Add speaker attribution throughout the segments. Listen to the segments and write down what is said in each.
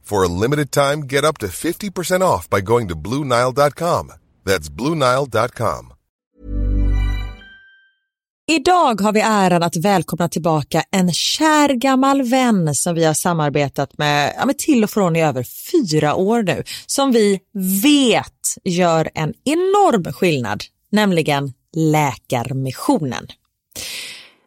Speaker 1: For a limited time, get up to 50% off by going to BlueNile.com. That's BlueNile.com.
Speaker 2: Idag har vi äran att välkomna tillbaka en kär gammal vän som vi har samarbetat med, ja, med till och från i över fyra år nu, som vi vet gör en enorm skillnad, nämligen Läkarmissionen.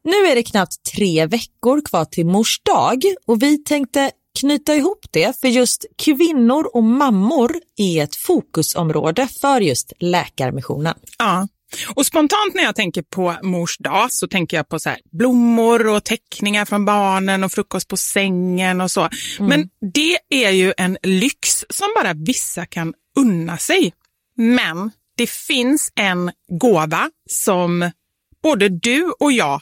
Speaker 2: Nu är det knappt tre veckor kvar till mors dag och vi tänkte knyta ihop det för just kvinnor och mammor är ett fokusområde för just Läkarmissionen.
Speaker 3: Ja. Och spontant när jag tänker på mors dag så tänker jag på så här, blommor och teckningar från barnen och frukost på sängen och så. Men det är ju en lyx som bara vissa kan unna sig. Men det finns en gåva som både du och jag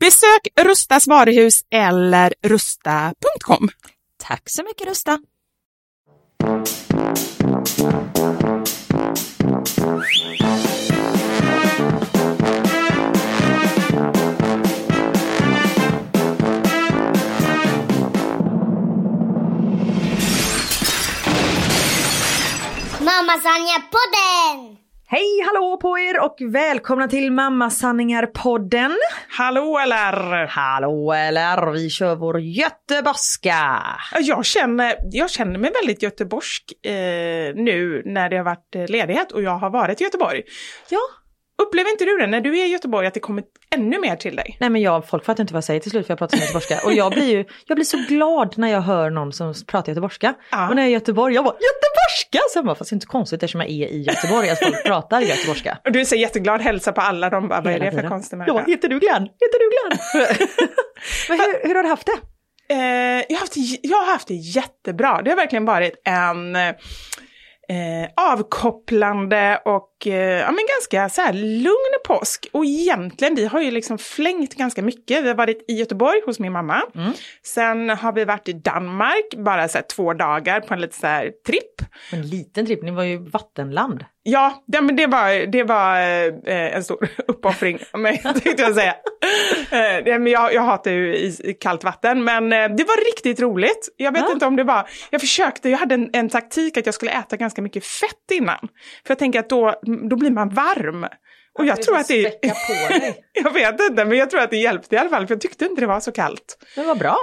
Speaker 3: Besök Rustas varuhus eller rusta.com.
Speaker 2: Tack så mycket Rusta.
Speaker 4: Mamma Sanja podden!
Speaker 5: Hej hallå på er och välkomna till Mamma sanningar podden.
Speaker 3: Hallå eller?
Speaker 5: Hallå eller vi kör vår göteborgska.
Speaker 3: Jag känner, jag känner mig väldigt göteborgsk eh, nu när det har varit eh, ledighet och jag har varit i Göteborg.
Speaker 5: Ja,
Speaker 3: Upplever inte du det när du är i Göteborg att det kommer ännu mer till dig?
Speaker 5: nej men jag, folk fattar inte vad jag säger till slut för jag pratar så göteborgska och jag blir ju, jag blir så glad när jag hör någon som pratar göteborgska.
Speaker 3: Ja.
Speaker 5: Och när jag är i Göteborg, jag bara göteborgska! Sen bara, fast det är inte konstigt eftersom jag är i Göteborg att folk pratar göteborgska.
Speaker 3: Och du är så jätteglad, hälsar på alla, de bara, vad är
Speaker 5: Hela
Speaker 3: det för
Speaker 5: tiden.
Speaker 3: konstig
Speaker 5: Jag bara,
Speaker 3: människa?
Speaker 5: heter du Glenn? Heter du Glenn? men hur, hur har du haft det?
Speaker 3: Eh, jag, har haft, det j- jag har haft det jättebra. Det har verkligen varit en eh, eh, avkopplande och eh, ja, men ganska så här lugn påsk. Och egentligen, vi har ju liksom flängt ganska mycket. Vi har varit i Göteborg hos min mamma. Sen har vi varit i Danmark, bara så här, två dagar på en liten så här tripp.
Speaker 5: En liten tripp, ni var ju vattenland.
Speaker 3: Ja, det, men det var, det var eh, en stor uppoffring av mig, tänkte jag säga. Eh, det- men jag, jag hatar ju is, kallt vatten, men eh, det var riktigt roligt. Jag vet
Speaker 5: Ja.
Speaker 3: inte om det var... Jag försökte, jag hade en, en taktik att jag skulle äta ganska mycket fett innan. För jag tänker att då, då blir man varm. Och jag tror att det...
Speaker 5: Späcka på dig.
Speaker 3: Jag vet inte, men jag tror att det hjälpte i alla fall, för jag tyckte inte det var så kallt.
Speaker 5: Men vad bra.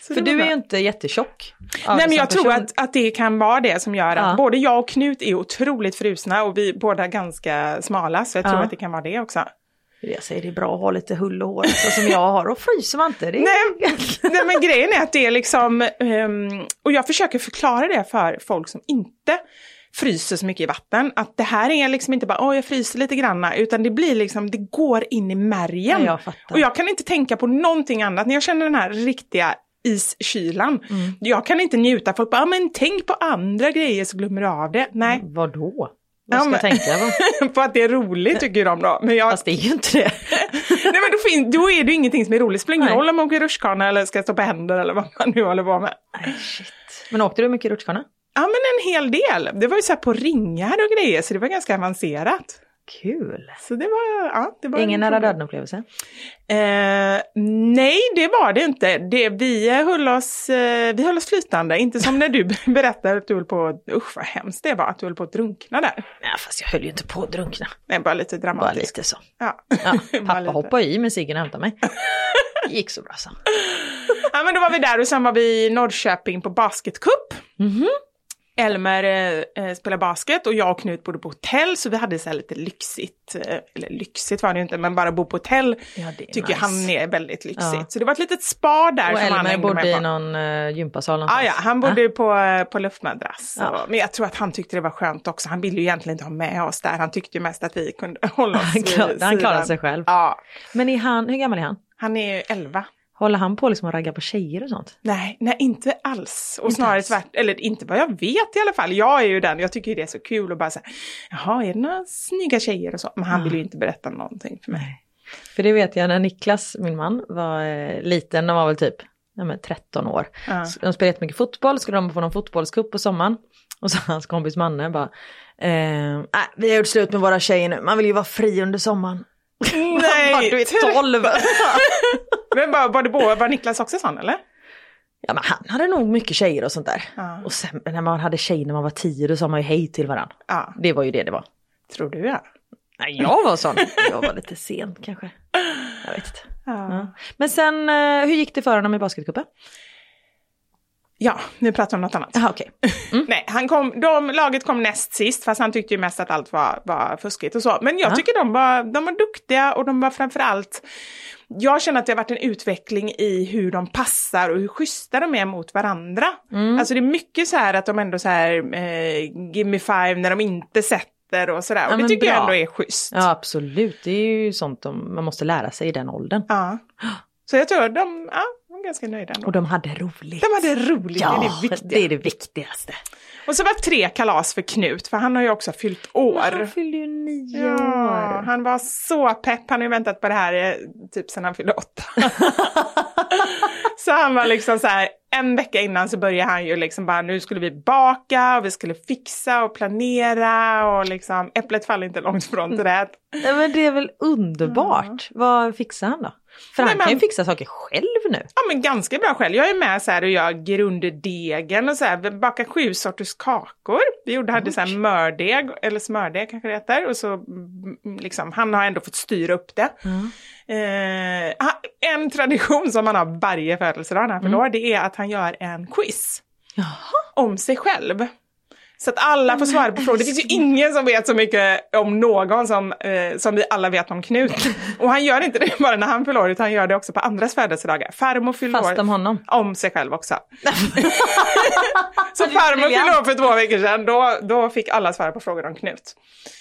Speaker 3: Så
Speaker 5: För
Speaker 3: Mm, det var
Speaker 5: du är
Speaker 3: bra.
Speaker 5: ju inte jättetjock.
Speaker 3: Nej,
Speaker 5: av dig
Speaker 3: men
Speaker 5: som
Speaker 3: jag tror
Speaker 5: person.
Speaker 3: att, att det kan vara det som gör att
Speaker 5: Ja.
Speaker 3: både jag och Knut är otroligt frusna och vi är båda ganska smala, så jag tror
Speaker 5: Ja.
Speaker 3: att det kan vara det också.
Speaker 5: Jag säger det är bra att ha lite hull och hår så som jag har, och fryser man inte. Det är...
Speaker 3: Nej, nej, men grejen är att det är liksom, ehm, och jag försöker förklara det för folk som inte fryser så mycket i vatten, att det här är liksom inte bara, åh jag fryser lite granna, utan det blir liksom, det går in i märgen.
Speaker 5: Ja, jag fattar.
Speaker 3: och jag kan inte tänka på någonting annat, när jag känner den här riktiga iskylan,
Speaker 5: Mm.
Speaker 3: jag kan inte njuta, folk bara, "Ja, men tänk på andra grejer så glömmer du av det. Nej,
Speaker 5: Vadå?
Speaker 3: Ja,
Speaker 5: Vad ska
Speaker 3: men-
Speaker 5: jag tänka? Va?
Speaker 3: på att det är roligt tycker de då. Men jag,
Speaker 5: Fast det är ju inte det.
Speaker 3: nej men då, fin, då är det ju ingenting som är roligt. Det spelar ingen
Speaker 5: Nej.
Speaker 3: roll om man åker rutschkana eller ska stå på händer eller vad man nu håller på med.
Speaker 5: Men åkte du mycket rutschkana?
Speaker 3: Ja men en hel del. Det var ju så här på ringar och grejer så det var ganska avancerat.
Speaker 5: Kul!
Speaker 3: Så det var, ja, det var
Speaker 5: Ingen
Speaker 3: en-
Speaker 5: nära döden-upplevelse?
Speaker 3: Eh, nej, det var det inte. Det, vi, eh, höll oss, eh, vi höll oss flytande, inte som när du berättade att du höll på, usch vad hemskt det var, att du höll på att drunkna där.
Speaker 5: Nej, fast jag höll ju inte på att drunkna.
Speaker 3: Nej, bara lite
Speaker 5: Bara
Speaker 3: dramatiskt.
Speaker 5: lite så.
Speaker 3: Ja.
Speaker 5: Ja,
Speaker 3: Bara lite.
Speaker 5: pappa hoppade i men Siggen hämtade mig. gick så bra så.
Speaker 3: Ja, men då var vi där och sen var vi i Norrköping på basketcup.
Speaker 5: Mhm.
Speaker 3: Elmer eh, eh, spelade basket och jag och Knut bodde på hotell så vi hade så här lite lyxigt, eh, eller lyxigt var det ju inte, men bara bo på hotell
Speaker 5: Ja, det är
Speaker 3: tycker
Speaker 5: nice.
Speaker 3: han är väldigt lyxigt.
Speaker 5: Ja.
Speaker 3: Så det var ett litet spa där
Speaker 5: Och
Speaker 3: som han
Speaker 5: Elmer
Speaker 3: hängde
Speaker 5: bodde
Speaker 3: med
Speaker 5: i
Speaker 3: på.
Speaker 5: någon uh, gympasal
Speaker 3: Ja,
Speaker 5: någonstans.
Speaker 3: ja, han bodde ju på, eh, på luftmadrass.
Speaker 5: Ja.
Speaker 3: Och, men jag tror att han tyckte det var skönt också. Han ville ju egentligen inte ha med oss där. Han tyckte ju mest att vi kunde hålla oss
Speaker 5: Han klar-
Speaker 3: vid
Speaker 5: han klarar
Speaker 3: sidan.
Speaker 5: sig själv.
Speaker 3: Ja,
Speaker 5: Men är han, hur gammal är han?
Speaker 3: han är ju 11.
Speaker 5: Håller han på liksom att ragga på tjejer och sånt?
Speaker 3: Nej, nej inte alls. Och
Speaker 5: Inte
Speaker 3: snarare
Speaker 5: alls.
Speaker 3: tvärt, eller inte vad jag vet i alla fall. Jag är ju den, jag tycker ju det är så kul och bara så här, jaha, är det några snygga tjejer och så? Men han
Speaker 5: Ja.
Speaker 3: vill ju inte berätta någonting för mig.
Speaker 5: För det vet jag när Niklas, min man, var eh, liten, de var väl typ ja, men 13 år.
Speaker 3: Ja.
Speaker 5: Så De spelade jättemycket fotboll, skulle de få någon fotbollscup på sommaren. Och så hans kompis Manne bara, eh, "Nej, vi har gjort slut med våra tjejer nu, man vill ju vara fri under sommaren.
Speaker 3: Nej, typ.
Speaker 5: Bara, du är 12!
Speaker 3: Men bara, var, det bo, var Niklas också sån eller?
Speaker 5: ja men han hade nog mycket tjejer och sånt där.
Speaker 3: Ja.
Speaker 5: Och sen när man hade tjejer när man var 10 då sa man ju hej till varandra.
Speaker 3: Ja,
Speaker 5: Det var ju det det var.
Speaker 3: tror du ja.
Speaker 5: Nej, jag var sån. Jag var lite sen kanske. Jag vet inte.
Speaker 3: Ja,
Speaker 5: Ja. Men sen, eh, hur gick det för honom i basketcupen?
Speaker 3: ja nu pratar vi om något annat.
Speaker 5: Jaha okej. Mm.
Speaker 3: Nej, han kom, de, laget kom näst sist, fast han tyckte ju mest att allt var, var fuskigt och så. Men jag
Speaker 5: Ja.
Speaker 3: tycker de var, de var duktiga och de var framförallt, jag känner att det har varit en utveckling i hur de passar och hur schyssta de är mot varandra.
Speaker 5: Mm.
Speaker 3: Alltså det är mycket så här att de ändå så här, eh, give me five när de inte sätter och sådär.
Speaker 5: Ja,
Speaker 3: Och det
Speaker 5: men
Speaker 3: tycker jag
Speaker 5: bra.
Speaker 3: ändå är schysst.
Speaker 5: Ja absolut, det är ju sånt de, man måste lära sig i den åldern.
Speaker 3: Ja. Så jag tror att de, ja, de är ganska nöjda ändå.
Speaker 5: Och de hade roligt.
Speaker 3: De hade roligt, det är
Speaker 5: ja,
Speaker 3: det viktiga.
Speaker 5: det är det viktigaste.
Speaker 3: Och så var det tre kalas för Knut, för han har ju också fyllt år.
Speaker 5: Han fyllde ju nio
Speaker 3: Ja,
Speaker 5: år.
Speaker 3: han var så pepp. Han har ju väntat på det här eh, typ sedan han fyllde åtta. så han var liksom så här, en vecka innan så började han ju liksom bara, nu skulle vi baka och vi skulle fixa och planera och liksom, äpplet faller inte långt från
Speaker 5: Mm.
Speaker 3: trädet.
Speaker 5: Ja, men det är väl underbart. Vad fixar han då? För
Speaker 3: Nej,
Speaker 5: han kan ju
Speaker 3: men-
Speaker 5: fixa saker själv nu.
Speaker 3: Ja men ganska bra själv. Jag är med så här och jag grunder degen och så här, vi bakar sju sorters kakor. Vi gjorde, hade så här mördeg, eller smördeg kanske det heter, och så mm, liksom, han har ändå fått styra upp det. Eh, ha- en tradition som han har varje födelsedag när han fyller år, det är att han gör en quiz
Speaker 5: Jaha.
Speaker 3: om sig själv. Så att alla får svara på frågor. Det finns ju ingen som vet så mycket om någon som, eh, som vi alla vet om Knut. Och han gör inte det bara när han fyller år, utan han gör det också på andras födelsedagar. Farmor fyller
Speaker 5: Fast om
Speaker 3: år
Speaker 5: honom.
Speaker 3: om sig själv också. så
Speaker 5: Det är
Speaker 3: farmor
Speaker 5: briljant.
Speaker 3: fyllde år för två veckor sedan, då, då fick alla svara på frågor om Knut.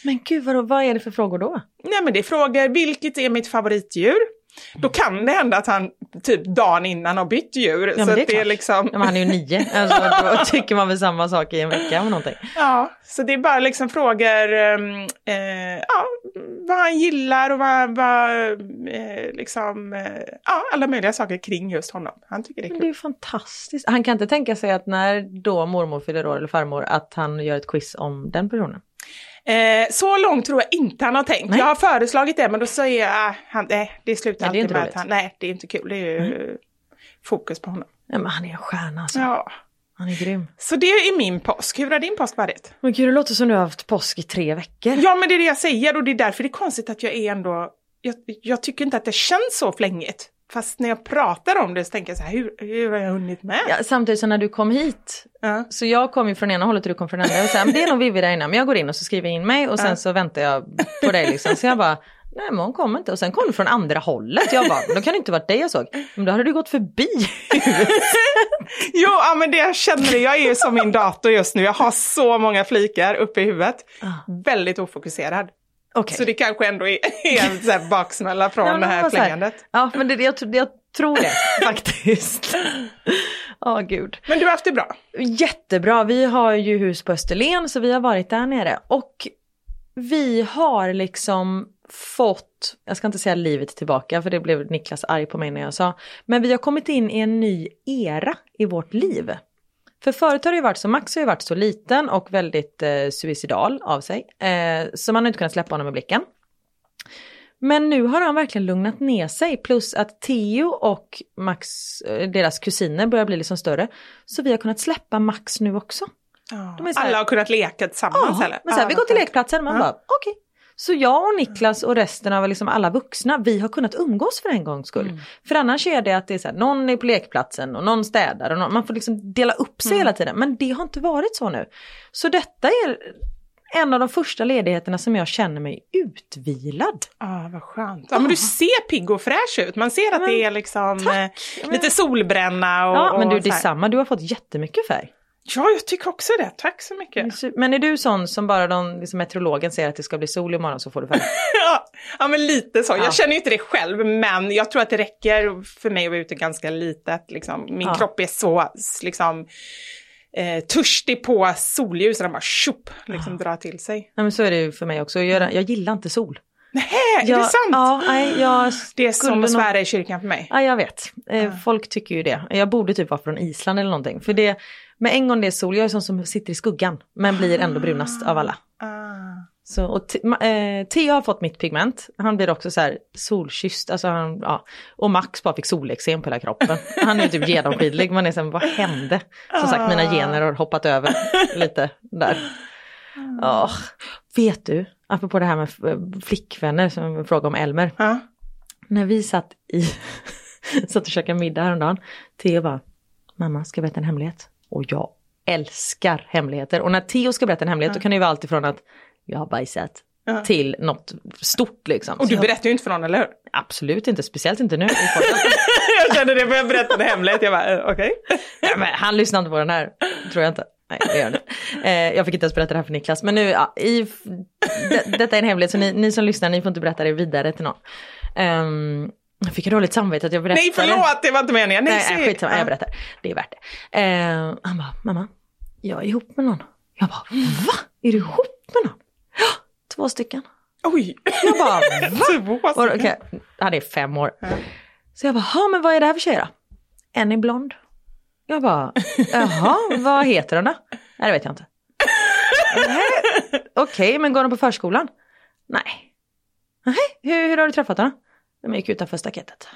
Speaker 5: Men gud vadå, vad är det för frågor då?
Speaker 3: Nej men det är frågor, vilket är mitt favoritdjur? Då kan det hända att han typ dagen innan har bytt djur.
Speaker 5: Ja,
Speaker 3: så
Speaker 5: men
Speaker 3: det är, det är
Speaker 5: klart.
Speaker 3: liksom...
Speaker 5: Ja, men han är ju nio, alltså, då tycker man väl samma sak i en vecka eller någonting.
Speaker 3: Ja, så det är bara liksom frågor, ehm, eh, ja, vad han gillar och vad, vad eh, liksom, eh, ja, alla möjliga saker kring just honom. Han tycker det är
Speaker 5: Men det är
Speaker 3: kul.
Speaker 5: ju fantastiskt. Han kan inte tänka sig att när då mormor fyller år eller farmor att han gör ett quiz om den personen.
Speaker 3: Eh, så långt tror jag inte han har tänkt.
Speaker 5: Nej.
Speaker 3: Jag har föreslagit det, men då säger jag, ah, han, nej, det slutar
Speaker 5: Nej, det är
Speaker 3: alltid
Speaker 5: inte
Speaker 3: med
Speaker 5: roligt. Mm.
Speaker 3: att han, nej, det är inte kul, det är ju eh, fokus på honom.
Speaker 5: Ja, men han är en stjärna alltså.
Speaker 3: Ja.
Speaker 5: Han är grym.
Speaker 3: Så det är min påsk. Hur har din påsk varit?
Speaker 5: Men gud, det låter som du har haft påsk i tre veckor.
Speaker 3: Ja, men det är det jag säger och det är därför det är konstigt att jag är ändå, jag, jag tycker inte att det känns så flängigt. Fast när jag pratar om det så tänker jag så här, hur, hur har jag hunnit med?
Speaker 5: Ja, samtidigt som när du kom hit,
Speaker 3: Ja.
Speaker 5: så jag kom ju från ena hållet och du kom från andra. Och sen, det är nog Vivi där innan, men jag går in och så skriver jag in mig och sen så väntar jag på dig liksom. Så jag bara, nej men hon kommer inte. Och sen kom du från andra hållet. Jag bara, då kan det inte varit dig jag såg. Men då hade du gått förbi.
Speaker 3: Jo, ja, men det jag känner det. Jag är ju som min dator just nu. Jag har så många flikar uppe i huvudet. Väldigt ofokuserad.
Speaker 5: Ah. Okej.
Speaker 3: Så det kanske ändå är är en så här baksmälla från
Speaker 5: Ja, men
Speaker 3: det
Speaker 5: hon
Speaker 3: här
Speaker 5: var så här,
Speaker 3: flängandet.
Speaker 5: Ja, men det, jag, tro- jag tror det faktiskt. Ja, gud.
Speaker 3: Men du har haft det bra.
Speaker 5: Jättebra, vi har ju hus på Österlen så vi har varit där nere och vi har liksom fått, jag ska inte säga livet tillbaka för det blev Niklas arg på mig när jag sa, men vi har kommit in i en ny era i vårt liv. För förut har det ju varit så, Max har ju varit så liten och väldigt eh, suicidal av sig. Eh, så man har inte kunnat släppa honom i blicken. Men nu har han verkligen lugnat ner sig plus att Theo och Max, eh, deras kusiner börjar bli liksom större. Så vi har kunnat släppa Max nu också. De är så här-
Speaker 3: Alla har kunnat leka tillsammans eller?
Speaker 5: Men så här, vi går till lekplatsen, man
Speaker 3: Ja.
Speaker 5: bara okej. Så jag och Niklas och resten av liksom alla vuxna, vi har kunnat umgås för en gångs skull.
Speaker 3: Mm.
Speaker 5: För annars är det att det är så här, någon är på lekplatsen och någon städar och någon, man får liksom dela upp
Speaker 3: Mm.
Speaker 5: sig hela tiden. Men det har inte varit så nu. Så detta är en av de första ledigheterna som jag känner mig utvilad.
Speaker 3: Ja, Ah, vad skönt. Ah. Ja, men du ser pigg och fräsch ut. Man ser att det är liksom eh, lite solbränna och
Speaker 5: Ja men du
Speaker 3: och så
Speaker 5: det är
Speaker 3: här.
Speaker 5: samma, du har fått jättemycket färg.
Speaker 3: Ja, jag tycker också det. Tack så mycket.
Speaker 5: Men är du sån som bara de, liksom meteorologen säger att det ska bli sol imorgon så får du färg?
Speaker 3: Ja, ja men lite så.
Speaker 5: Ja.
Speaker 3: Jag känner ju inte det själv, men jag tror att det räcker för mig att vara ute ganska litet. Liksom. Min
Speaker 5: Ja.
Speaker 3: kropp är så liksom, eh, törstig på solljus, så den bara tjopp, liksom drar till sig.
Speaker 5: Nej men så är det ju för mig också, jag, jag gillar inte sol.
Speaker 3: Hä, Eh, är det
Speaker 5: Jag-
Speaker 3: sant?
Speaker 5: Ja, nej, jag
Speaker 3: Det är som
Speaker 5: skulle
Speaker 3: att
Speaker 5: nog-
Speaker 3: svära i kyrkan för mig.
Speaker 5: Ja, jag vet. Eh, Folk tycker ju det. Jag borde typ vara från Island eller någonting. För det, med en gång det är sol, jag är sån som sitter i skuggan men blir ändå brunast av alla.
Speaker 3: Ah.
Speaker 5: Så, och T- Ma- eh, Theo har fått mitt pigment, han blir också så här solkysst, alltså han, ja. och Max bara fick solexem på hela kroppen. Han är typ genomskinlig, man är så här, vad hände? Som sagt,
Speaker 3: Ah.
Speaker 5: mina gener har hoppat över lite där. Åh, Vet du, apropå det här med f- flickvänner som frågar om Elmer
Speaker 3: Ja.
Speaker 5: när vi satt i, satt och käkade middag häromdagen, Theo bara, mamma ska jag berätta en hemlighet? Och jag älskar hemligheter. Och när Theo ska berätta en hemlighet då kan det ju vara alltifrån att jag har bajsat
Speaker 3: Ja.
Speaker 5: till något stort liksom.
Speaker 3: Och
Speaker 5: Så
Speaker 3: du
Speaker 5: jag-
Speaker 3: berättar ju inte för någon, eller hur?
Speaker 5: Absolut inte, speciellt inte nu. i podden.
Speaker 3: Jag kände det, för jag berättade hemligt. Jag bara, eh, okej.
Speaker 5: Nej, men han lyssnar inte på den här, tror jag inte. Nej, det gör han inte. Eh, jag fick inte ens berätta det här för Niklas. Men nu, ja, i, de, detta är en hemlighet så ni, ni som lyssnar, ni får inte berätta det vidare till någon. Ehm, jag fick dåligt samvete att jag berättade.
Speaker 3: Nej, förlåt, det var inte meningen. Nej,
Speaker 5: Nej,
Speaker 3: säg.
Speaker 5: nej skitsamma,
Speaker 3: Ja.
Speaker 5: jag berättar. Det är värt det. Eh, han bara, mamma, jag är ihop med någon. Jag bara, va? Är du ihop med någon? Ja, två stycken.
Speaker 3: Oj,
Speaker 5: Jag bara,
Speaker 3: två
Speaker 5: och, då-
Speaker 3: stycken.
Speaker 5: okej, han är fem år. Så jag bara, "Ha, men vad är det här för tjej då? En är blond. Jag bara, jaha, vad heter hon då? Nej, det vet jag inte. "Nähä, Okej, men går hon på förskolan? Nej. Nej, hur, hur har du träffat henne? De gick utanför staketet.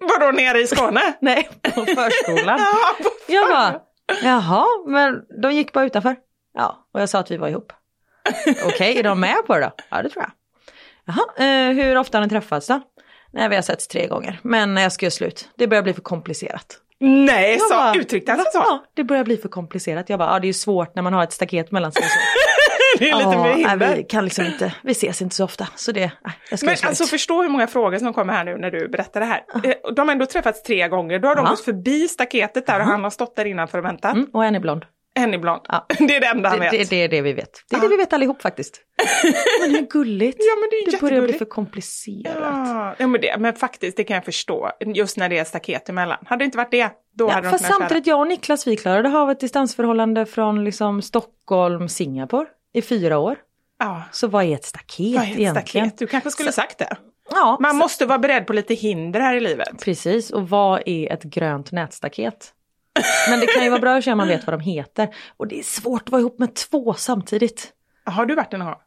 Speaker 3: Vadå, nere i Skåne?
Speaker 5: Nej, på förskolan.
Speaker 3: Ja, på-
Speaker 5: Jag bara, jaha, men de gick bara utanför. Ja, och jag sa att vi var ihop. Okej, är de med på det då? Ja, det tror jag. Jaha, eh, hur ofta har ni träffats då? Nej, vi har setts tre gånger, men jag ska göra slut. Det börjar bli för komplicerat.
Speaker 3: Nej,
Speaker 5: Jag
Speaker 3: så
Speaker 5: bara,
Speaker 3: uttryckte han sig så?
Speaker 5: Ja, det börjar bli för komplicerat. Jag bara, ja det är ju svårt när man har ett staket mellan sig. och så."
Speaker 3: Det är lite
Speaker 5: Ja,
Speaker 3: med hinder.
Speaker 5: nej, vi kan liksom inte, vi ses inte så ofta. Så det, nej, jag ska
Speaker 3: Men
Speaker 5: göra slut.
Speaker 3: alltså förstå hur många frågor som kommer här nu när du berättar det här. Eh, och De har ändå träffats tre gånger, då har de
Speaker 5: Ja.
Speaker 3: gått förbi staketet där och han har stått där innan för att vänta.
Speaker 5: mm, och en är blond.
Speaker 3: En är blond.
Speaker 5: Ja.
Speaker 3: Det är det enda han vet.
Speaker 5: Det, det, det är det vi vet. Det är det vi vet allihop faktiskt. Men hur gulligt.
Speaker 3: Ja, men det är
Speaker 5: börjar bli
Speaker 3: jättegulligt.
Speaker 5: för komplicerat.
Speaker 3: Ja, ja, men, det, men faktiskt, det kan jag förstå. Just när det är staket emellan. Hade det inte varit det, då
Speaker 5: Ja,
Speaker 3: hade de
Speaker 5: fast
Speaker 3: kunnat köra.
Speaker 5: samtidigt, jag och Niklas vi klarade av ett distansförhållande från liksom Stockholm, Singapore i fyra år.
Speaker 3: Ja,
Speaker 5: Så vad är ett staket
Speaker 3: vad är ett
Speaker 5: egentligen?
Speaker 3: staket? Du kanske skulle sagt det.
Speaker 5: Ja,
Speaker 3: Man
Speaker 5: så-
Speaker 3: måste vara beredd på lite hinder här i livet.
Speaker 5: precis. Och vad är ett grönt nätstaket? Men det kan ju vara bra att köra om man vet vad de heter. Och det är svårt att vara ihop med två samtidigt.
Speaker 3: Har du varit det någon gång?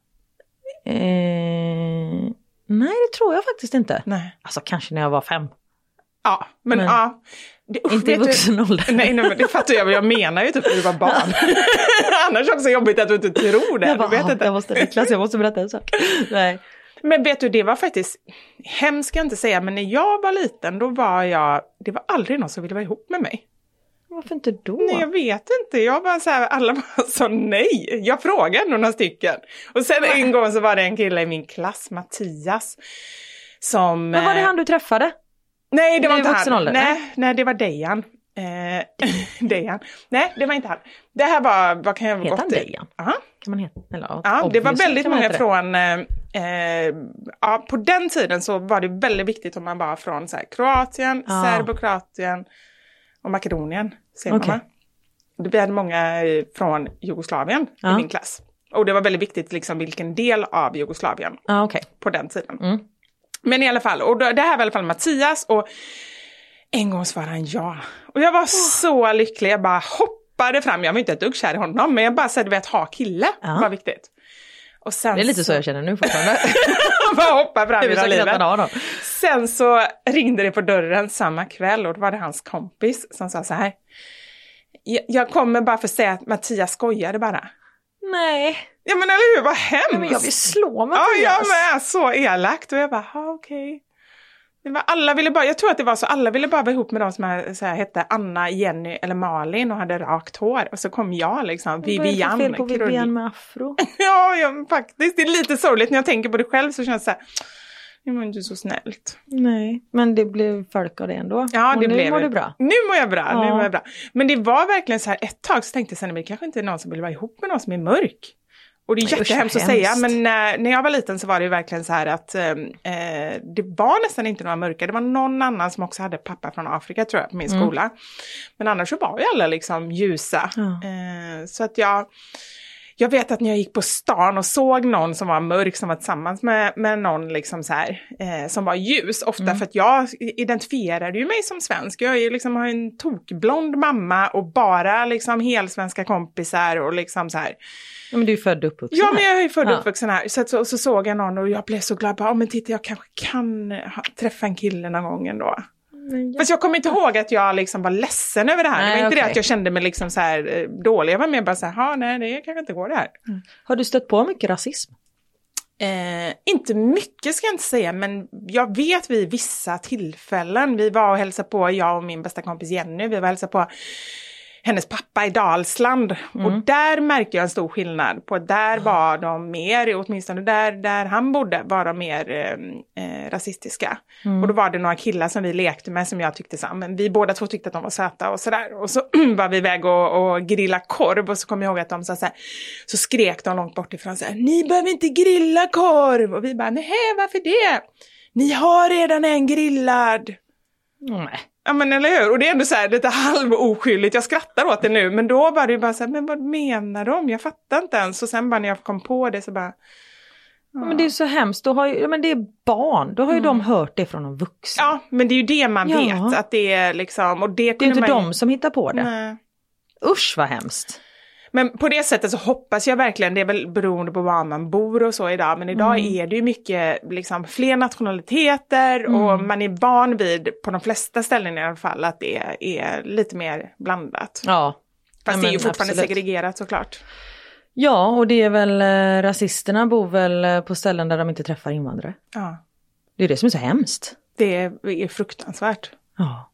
Speaker 5: Eh, nej, det tror jag faktiskt inte.
Speaker 3: Nej.
Speaker 5: Alltså kanske när jag var fem.
Speaker 3: Ja, men
Speaker 5: Nej.
Speaker 3: ja. Det, usch,
Speaker 5: Inte i
Speaker 3: vet du-
Speaker 5: vuxen ålder.
Speaker 3: Nej, nej, men det fattar jag. Jag menar ju typ när du var barn. Annars också jobbigt att du inte tror det.
Speaker 5: jag bara,
Speaker 3: du vet
Speaker 5: "Ah,
Speaker 3: inte.
Speaker 5: jag måste, Niklas, jag måste berätta en sak. Nej.
Speaker 3: Men vet du, det var faktiskt, hemskt ska jag inte säga, men när jag var liten då var jag, det var aldrig någon som ville vara ihop med mig.
Speaker 5: Varför inte då?
Speaker 3: Nej, jag vet inte. Jag bara så här, alla bara sa nej. Jag frågade några stycken. Och sen en gång så var det en kille i min klass, Mattias, som...
Speaker 5: Men var det
Speaker 3: eh,
Speaker 5: han du träffade?
Speaker 3: Nej, det var
Speaker 5: I
Speaker 3: inte
Speaker 5: vuxen
Speaker 3: han.
Speaker 5: ålder?
Speaker 3: Nej, nej, det var Dejan. Eh, Dejan. Nej, det var inte han. Det här var, vad kan jag
Speaker 5: Heter
Speaker 3: gått
Speaker 5: han
Speaker 3: i?
Speaker 5: Dejan?
Speaker 3: Ja,
Speaker 5: Kan man heta? Eller,
Speaker 3: ja det var
Speaker 5: obviously
Speaker 3: väldigt
Speaker 5: kan man
Speaker 3: många
Speaker 5: heta det.
Speaker 3: från, eh, eh, ja, på den tiden så var det väldigt viktigt om man var från så här, Kroatien,
Speaker 5: Ja.
Speaker 3: Serbokroatien och Makedonien, säger
Speaker 5: Okej.
Speaker 3: man va? Vi hade många eh, från Jugoslavien
Speaker 5: Ja.
Speaker 3: i min klass. Och det var väldigt viktigt liksom vilken del av Jugoslavien
Speaker 5: Ja, okej.
Speaker 3: på den tiden.
Speaker 5: Mm.
Speaker 3: Men i alla fall, och då, det här var i alla fall Mattias och en gång svarade han ja. Och jag var så lycklig, jag bara hopp hoppade fram, jag var inte ett dugg kär i honom, men jag bara sa du vet, ha kille
Speaker 5: Ja.
Speaker 3: var viktigt. Och sen
Speaker 5: Det är lite så jag känner nu fortfarande.
Speaker 3: bara hoppa fram i hela
Speaker 5: Huvudsaken är att
Speaker 3: livet.
Speaker 5: man har dem.
Speaker 3: Sen så ringde det på dörren samma kväll och då var det hans kompis som sa så här. "Jag- Jag kommer bara för att säga att Mattias skojade bara.
Speaker 5: Nej,
Speaker 3: Ja men eller hur, vad
Speaker 5: nej, men jag
Speaker 3: hemskt!
Speaker 5: vill slå
Speaker 3: Mm. Ja,
Speaker 5: Mattias.
Speaker 3: jag med, så elakt. Och jag bara, "Ha, okej. Det var, alla ville bara, jag tror att det var så, alla ville bara vara ihop med de som här, så här, hette Anna, Jenny eller Malin och hade rakt hår. Och så kom jag liksom,
Speaker 5: Vad är det för
Speaker 3: Vivian.
Speaker 5: fel på
Speaker 3: Krull.
Speaker 5: Vivian med afro?
Speaker 3: Ja, ja, men faktiskt. Det är lite sorgligt när jag tänker på det själv så känns det så här, det var inte så snällt.
Speaker 5: Nej, men det blev folk av det ändå.
Speaker 3: Ja,
Speaker 5: och
Speaker 3: det
Speaker 5: nu
Speaker 3: blev
Speaker 5: mår
Speaker 3: det.
Speaker 5: du bra.
Speaker 3: Nu mår jag bra, nu
Speaker 5: Ja.
Speaker 3: mår jag bra. Men det var verkligen så här ett tag så tänkte jag så här, men det kanske inte är någon som vill vara ihop med någon som är mörk. Och det är
Speaker 5: Nej, usch,
Speaker 3: jättehemskt
Speaker 5: vad
Speaker 3: att säga,
Speaker 5: hemskt.
Speaker 3: men eh, när, när jag var liten så var det ju verkligen så här att eh, eh, det var nästan inte några mörka. Det var någon annan som också hade pappa från Afrika tror jag på min
Speaker 5: Mm.
Speaker 3: skola. Men annars så var ju alla liksom ljusa.
Speaker 5: Ja.
Speaker 3: Eh, så att jag, jag vet att när jag gick på stan och såg någon som var mörk som var tillsammans med, med någon liksom så här, eh, som var ljus, ofta
Speaker 5: Mm.
Speaker 3: för att jag identifierade ju mig som svensk. Jag är ju liksom, har ju en tokblond mamma och bara liksom helsvenska kompisar och liksom så här.
Speaker 5: Ja, men du är född och uppvuxen
Speaker 3: Ja
Speaker 5: här.
Speaker 3: men jag är ju född och
Speaker 5: Ja.
Speaker 3: uppvuxen här. Så, att så, så såg jag någon och jag blev så glad, bara, "Ja, men titta jag kanske kan ha, träffa en kille någon gång ändå.
Speaker 5: Men jag-
Speaker 3: Fast jag kommer inte ihåg att jag liksom var ledsen över det här. det
Speaker 5: Nej,
Speaker 3: var inte det
Speaker 5: okej.
Speaker 3: att jag kände mig liksom så här eh, dålig. Jag var mer bara så här, "Ha, nej det kanske inte går det här.
Speaker 5: Har du stött på mycket rasism?
Speaker 3: Eh, inte mycket ska jag inte säga, men jag vet vid vissa tillfällen, vi var och hälsade på, jag och min bästa kompis Jenny, vi var och hälsade på hennes pappa i Dalsland. Och där märkte jag en stor skillnad på, där var de mer, åtminstone där, där han bodde, var de mer eh, eh, rasistiska.
Speaker 5: Mm.
Speaker 3: Och då var det några killar som vi lekte med som jag tyckte så, här, men vi båda två tyckte att de var söta och sådär. Och så var vi iväg och, och grilla korv och så kom jag ihåg att de sa så här, så skrek de långt bort ifrån så här, ni behöver inte grilla korv! Och vi bara, nej varför det? Ni har redan en grillad!
Speaker 5: Nej.
Speaker 3: Ja men eller hur, och det är ändå så här lite halvoskyldigt, jag skrattar åt det nu, men då var det ju bara så här, men vad menar de? Jag fattar inte ens. Och sen bara när jag kom på det så bara,
Speaker 5: Ja, men det är så hemskt, då har ju, ja, men det är barn, då har ju de hört det från de vuxna.
Speaker 3: Mm. ja men det är ju det man
Speaker 5: Ja.
Speaker 3: vet, att det är liksom, och det
Speaker 5: det är
Speaker 3: kunde
Speaker 5: inte
Speaker 3: man
Speaker 5: de som hittar på det.
Speaker 3: Nej.
Speaker 5: Usch vad hemskt.
Speaker 3: Men på det sättet så hoppas jag verkligen, det är väl beroende på var man bor och så idag, men idag
Speaker 5: Mm.
Speaker 3: är det ju mycket liksom, fler nationaliteter och
Speaker 5: Mm.
Speaker 3: man är van vid, på de flesta ställen i alla fall, att det är lite mer blandat.
Speaker 5: Ja.
Speaker 3: Fast
Speaker 5: Ja,
Speaker 3: det är ju
Speaker 5: men
Speaker 3: fortfarande
Speaker 5: absolut.
Speaker 3: segregerat såklart.
Speaker 5: Ja, och det är väl, eh, rasisterna bor väl eh, på ställen där de inte träffar invandrare.
Speaker 3: Ja.
Speaker 5: Det är det som är så hemskt.
Speaker 3: Det är, är fruktansvärt.
Speaker 5: Ja.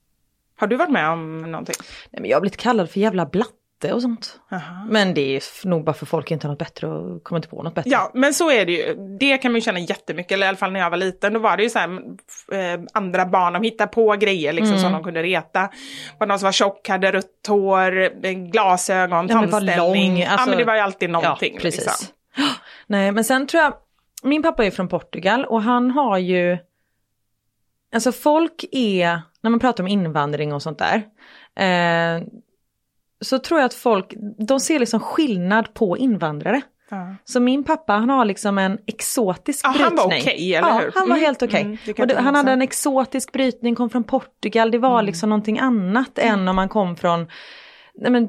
Speaker 3: Har du varit med om någonting?
Speaker 5: Nej, men jag har blivit kallad för jävla blatte och sånt.
Speaker 3: Aha.
Speaker 5: Men det är f- nog bara för folk inte har något bättre och kommer inte på något bättre.
Speaker 3: Ja, men så är det ju. Det kan man ju känna jättemycket, eller i alla fall när jag var liten, då var det ju så här, eh, andra barn, de hittade på grejer liksom
Speaker 5: Mm.
Speaker 3: som de kunde reta. Var någon som var tjock, hade rött hår, eh, glasögon,
Speaker 5: Ja, men var
Speaker 3: tandställning.
Speaker 5: lång, alltså-
Speaker 3: ja, men det var ju alltid någonting.
Speaker 5: ja, precis.
Speaker 3: Liksom.
Speaker 5: Nej, men sen tror jag, min pappa är från Portugal och han har ju, alltså folk är, när man pratar om invandring och sånt där, eh, så tror jag att folk, de ser liksom skillnad på invandrare.
Speaker 3: Ja.
Speaker 5: Så min pappa han har liksom en exotisk
Speaker 3: Ja, han
Speaker 5: brytning.
Speaker 3: var okej, eller
Speaker 5: ja,
Speaker 3: hur?
Speaker 5: han var
Speaker 3: Mm,
Speaker 5: helt okej.
Speaker 3: mm, det kan
Speaker 5: Och det-
Speaker 3: jag
Speaker 5: han hade
Speaker 3: tänka Mm.
Speaker 5: en
Speaker 3: mig.
Speaker 5: exotisk brytning, kom från Portugal, det var liksom någonting annat
Speaker 3: Mm.
Speaker 5: än om man kom från nej men,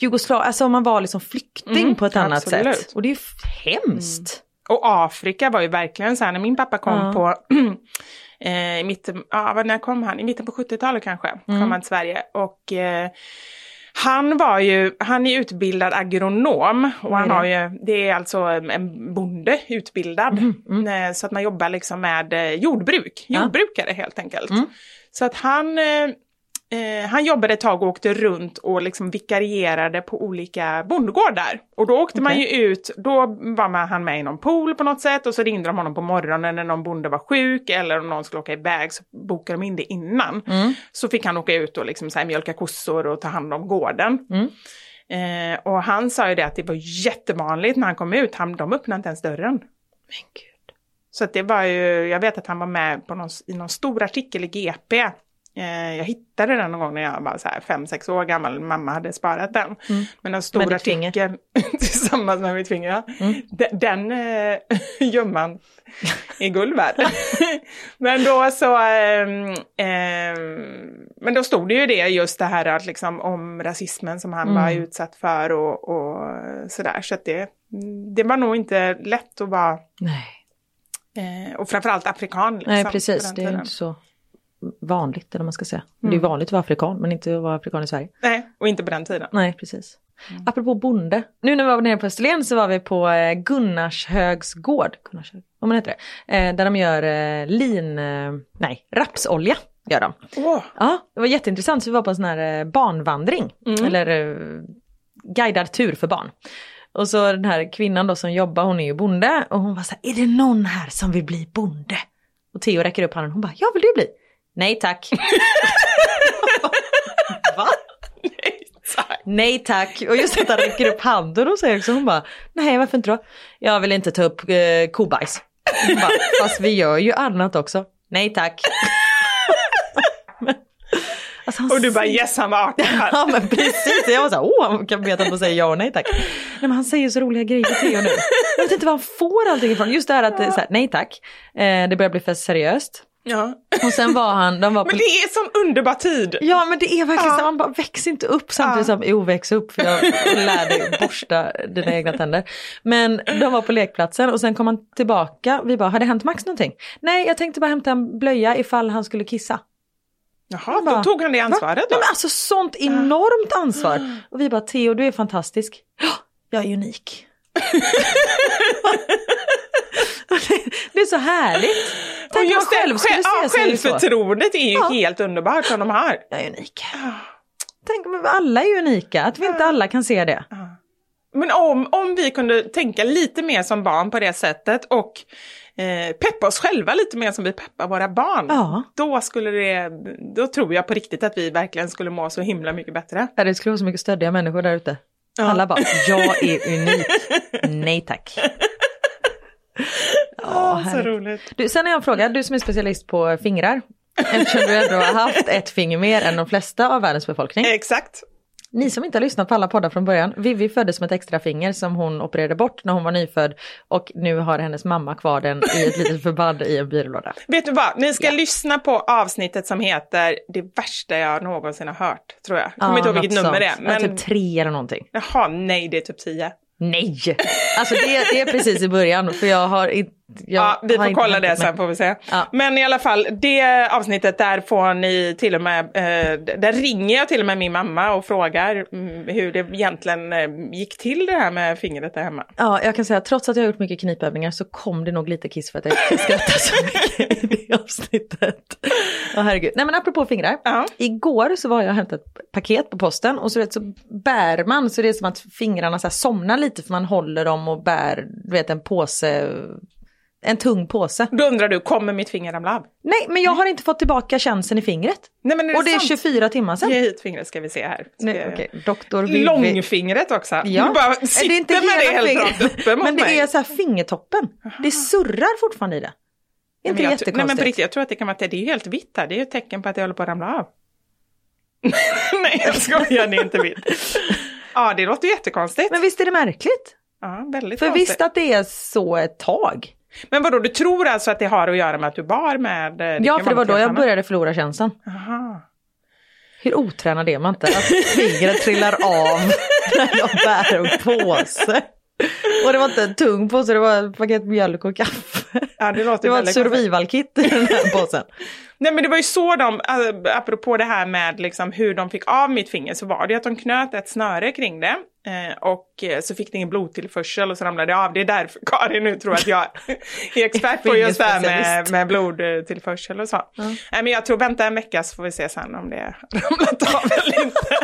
Speaker 5: Jugoslavien, alltså om man var liksom flykting
Speaker 3: Mm,
Speaker 5: på ett annat
Speaker 3: absolut.
Speaker 5: sätt. Och det är ju f- hemskt.
Speaker 3: Och Afrika var ju verkligen så här, när min pappa kom
Speaker 5: Ja.
Speaker 3: på, eh, i mitten, ja vad- när kom han? I mitten på 70-talet kanske,
Speaker 5: Mm.
Speaker 3: kom han till Sverige. Och eh, han var ju, han är utbildad agronom och han
Speaker 5: är det?
Speaker 3: har ju, det är alltså en- en bonde utbildad. Eh, Så att man jobbar liksom med eh, jordbruk,
Speaker 5: Mm-hmm, mm. Ja. Mm.
Speaker 3: jordbrukare helt enkelt. Så att han, eh, eh, han jobbade ett tag och åkte runt och liksom vikarierade på olika bondgårdar. Och då åkte man ju ut, då var man, han med i någon pool på något sätt och så ringde de honom på morgonen när någon bonde var sjuk eller om någon skulle åka iväg så bokade de in det innan. Så fick han åka ut och liksom så här mjölka kossor och ta hand om gården. Eh, och han sa ju det att det var jättevanligt när han kom ut, han, de öppnade inte ens dörren.
Speaker 5: Men gud.
Speaker 3: Så att det var ju, jag vet att han var med på någon, i någon stor artikel i GP. Eh, jag hittade den någon gång när jag var så här 5-6 år gammal, mamma hade sparat den.
Speaker 5: Mm.
Speaker 3: Men den
Speaker 5: Med
Speaker 3: stora
Speaker 5: ditt finger.
Speaker 3: artikeln tillsammans med mitt finger, ja.
Speaker 5: Mm.
Speaker 3: De- den eh, gömman i guld värd. Men då så, ehm, ehm, Men då stod det ju det just det här att liksom, om rasismen som han
Speaker 5: Mm.
Speaker 3: var utsatt för och, och sådär. Så att det, det var nog inte lätt att vara,
Speaker 5: Nej,
Speaker 3: eh, och framförallt afrikan. Liksom,
Speaker 5: Nej
Speaker 3: Mm. på
Speaker 5: precis.
Speaker 3: den
Speaker 5: Det är ju
Speaker 3: tiden. Mm.
Speaker 5: inte så vanligt eller vad man ska säga. Det är ju vanligt att vara afrikan men inte att vara afrikan i Sverige.
Speaker 3: Nej, och inte på den tiden.
Speaker 5: Nej, Mm. precis. Apropå bonde. Nu när vi var nere på Österlen så var vi på eh, Gunnarshögs gård. Gunnarshög, vad man heter det. Eh, Där de gör eh, lin... eh, Nej, rapsolja gör de.
Speaker 3: Åh,
Speaker 5: Ja, det var jätteintressant. Så vi var på en sån här eh, barnvandring. Eller eh, guidad tur för barn. Och så den här kvinnan då som jobbar, hon är ju bonde. Och hon var så här, är det någon här som vill bli bonde? Och Theo räcker upp handen. Hon bara, jag vill du bli? Nej tack. Va? Nej tack. Och just att han räcker upp handen och säger också, hon bara, nej varför inte då? Jag vill inte ta upp eh, kobajs. Hon bara, Fast vi gör ju annat också. Nej tack. Men, alltså, han
Speaker 3: och du bara
Speaker 5: säger-
Speaker 3: yes, han var 18 här.
Speaker 5: Ja men precis, jag var såhär, åh han kan veta att man säger ja och nej tack. Nej men han säger så roliga grejer till nu. Jag vet inte var han får allting ifrån. Just det här att det är så här, nej tack, eh, det börjar bli för seriöst.
Speaker 3: Ja.
Speaker 5: Och sen var han, de var på...
Speaker 3: Men det är sån underbar tid.
Speaker 5: Ja men det är verkligen
Speaker 3: Ja.
Speaker 5: så, man bara väx inte upp samtidigt
Speaker 3: Ja.
Speaker 5: som jo väx upp för jag lär dig borsta dina egna tänder. Men de var på lekplatsen och sen kom han tillbaka, vi bara har det hänt Max någonting? Nej jag tänkte bara hämta en blöja ifall han skulle kissa.
Speaker 3: Jaha,
Speaker 5: bara,
Speaker 3: då tog han det ansvaret
Speaker 5: Nej,
Speaker 3: då.
Speaker 5: men alltså sånt enormt ansvar. Och vi bara, Theo du är fantastisk. Ja, jag är unik. det är så härligt. Tänk om man själv skulle
Speaker 3: själv- ja,
Speaker 5: se sig så.
Speaker 3: självförtroendet är ju
Speaker 5: Ja.
Speaker 3: helt underbart som de har.
Speaker 5: Jag är unik. Tänk om alla är unika, att vi inte alla kan se det.
Speaker 3: Men om, om vi kunde tänka lite mer som barn på det sättet och eh, peppa oss själva lite mer som vi peppar våra barn.
Speaker 5: Ja.
Speaker 3: Då, skulle det, då tror jag på riktigt att vi verkligen skulle må så himla mycket bättre.
Speaker 5: Ja, Det skulle vara så mycket stöddiga människor där ute. Alla bara, jag är unik. Nej tack. Ja,
Speaker 3: så
Speaker 5: härligt.
Speaker 3: roligt.
Speaker 5: Du, sen har jag en fråga, du som är specialist på fingrar. Eftersom du ändå har haft ett finger mer än de flesta av världens befolkning.
Speaker 3: Eh, Exakt.
Speaker 5: Ni som inte har lyssnat på alla poddar från början, Vivi föddes med ett extra finger som hon opererade bort när hon var nyfödd och nu har hennes mamma kvar den i ett litet förband i en byrålåda.
Speaker 3: Vet du vad, ni ska lyssna på avsnittet som heter Det värsta jag någonsin har hört, tror jag. Jag kommer inte ihåg
Speaker 5: Ah, något
Speaker 3: vilket nummer det är.
Speaker 5: sånt. Ja,
Speaker 3: Men...
Speaker 5: Typ tre eller någonting.
Speaker 3: Jaha, nej det är typ 10.
Speaker 5: Nej! Alltså det, det är precis i början för jag har inte... jag
Speaker 3: Ja, vi
Speaker 5: har
Speaker 3: får
Speaker 5: inte
Speaker 3: kolla det
Speaker 5: hämtat mig.
Speaker 3: sen får vi se.
Speaker 5: Ja.
Speaker 3: Men i alla fall, det avsnittet där får ni till och med, eh, där ringer jag till och med min mamma och frågar mm, hur det egentligen eh, gick till det här med fingret där hemma.
Speaker 5: Ja, jag kan säga att trots att jag har gjort mycket knipövningar så kom det nog lite kiss för att jag skrattade så mycket i det avsnittet. Ja, herregud. Nej, men apropå fingrar.
Speaker 3: Ja.
Speaker 5: Igår så var jag och hämtade ett paket på posten och så, vet, så bär man så det är som att fingrarna så här somnar lite för man håller dem och bär, du vet en påse, en tung påse.
Speaker 3: Då undrar du, kommer mitt finger ramla av?
Speaker 5: Nej, men jag har inte fått tillbaka känslan i fingret.
Speaker 3: Nej men är det,
Speaker 5: och det är
Speaker 3: sant?
Speaker 5: 24 timmar sedan.
Speaker 3: Ge hit fingret ska vi se här. Ska
Speaker 5: Nej,
Speaker 3: jag-
Speaker 5: okej. Doktor Vivi.
Speaker 3: Långfingret också.
Speaker 5: Ja.
Speaker 3: Du bara
Speaker 5: Nej,
Speaker 3: sitter
Speaker 5: det är inte
Speaker 3: med det
Speaker 5: hela
Speaker 3: helt
Speaker 5: fingret.
Speaker 3: rakt uppe mot
Speaker 5: Men det
Speaker 3: mig.
Speaker 5: är så här fingertoppen. Det surrar fortfarande i det. Är
Speaker 3: Nej,
Speaker 5: inte
Speaker 3: men jag,
Speaker 5: jättekonstigt?
Speaker 3: nej men på riktigt, jag tror att det kan vara att det är helt vitt här. Det är ju ett tecken på att jag håller på att ramla av. nej jag skojar, det är inte vitt. Ja det låter jättekonstigt.
Speaker 5: Men visst är det märkligt?
Speaker 3: Ja, väldigt
Speaker 5: För
Speaker 3: konstigt.
Speaker 5: visst att det är så ett tag?
Speaker 3: Men vadå, du tror alltså att det har att göra med att du bar med... eh,
Speaker 5: Ja, för det var då jag
Speaker 3: reklamanträffarna?
Speaker 5: började förlora känslan.
Speaker 3: Aha.
Speaker 5: Hur otränad är man inte? Att fingret trillar av när jag bär en påse. Och det var inte en tung påse, det var ett paket mjölk och kaffe.
Speaker 3: Ja, det låter
Speaker 5: Det var ett
Speaker 3: väldigt konstigt.
Speaker 5: survival-kit i den här påsen.
Speaker 3: Nej men det var ju så de, äh, apropå det här med liksom hur de fick av mitt finger, så var det ju att de knöt ett snöre kring det eh, och eh, så fick det ingen blodtillförsel och så ramlade det av. Det är därför Karin nu tror att jag är expert på just det här med,
Speaker 5: Fingerspecialist.
Speaker 3: med blodtillförsel och så. Nej men jag tror, vänta en vecka så får vi se sen om det har ramlat av eller inte.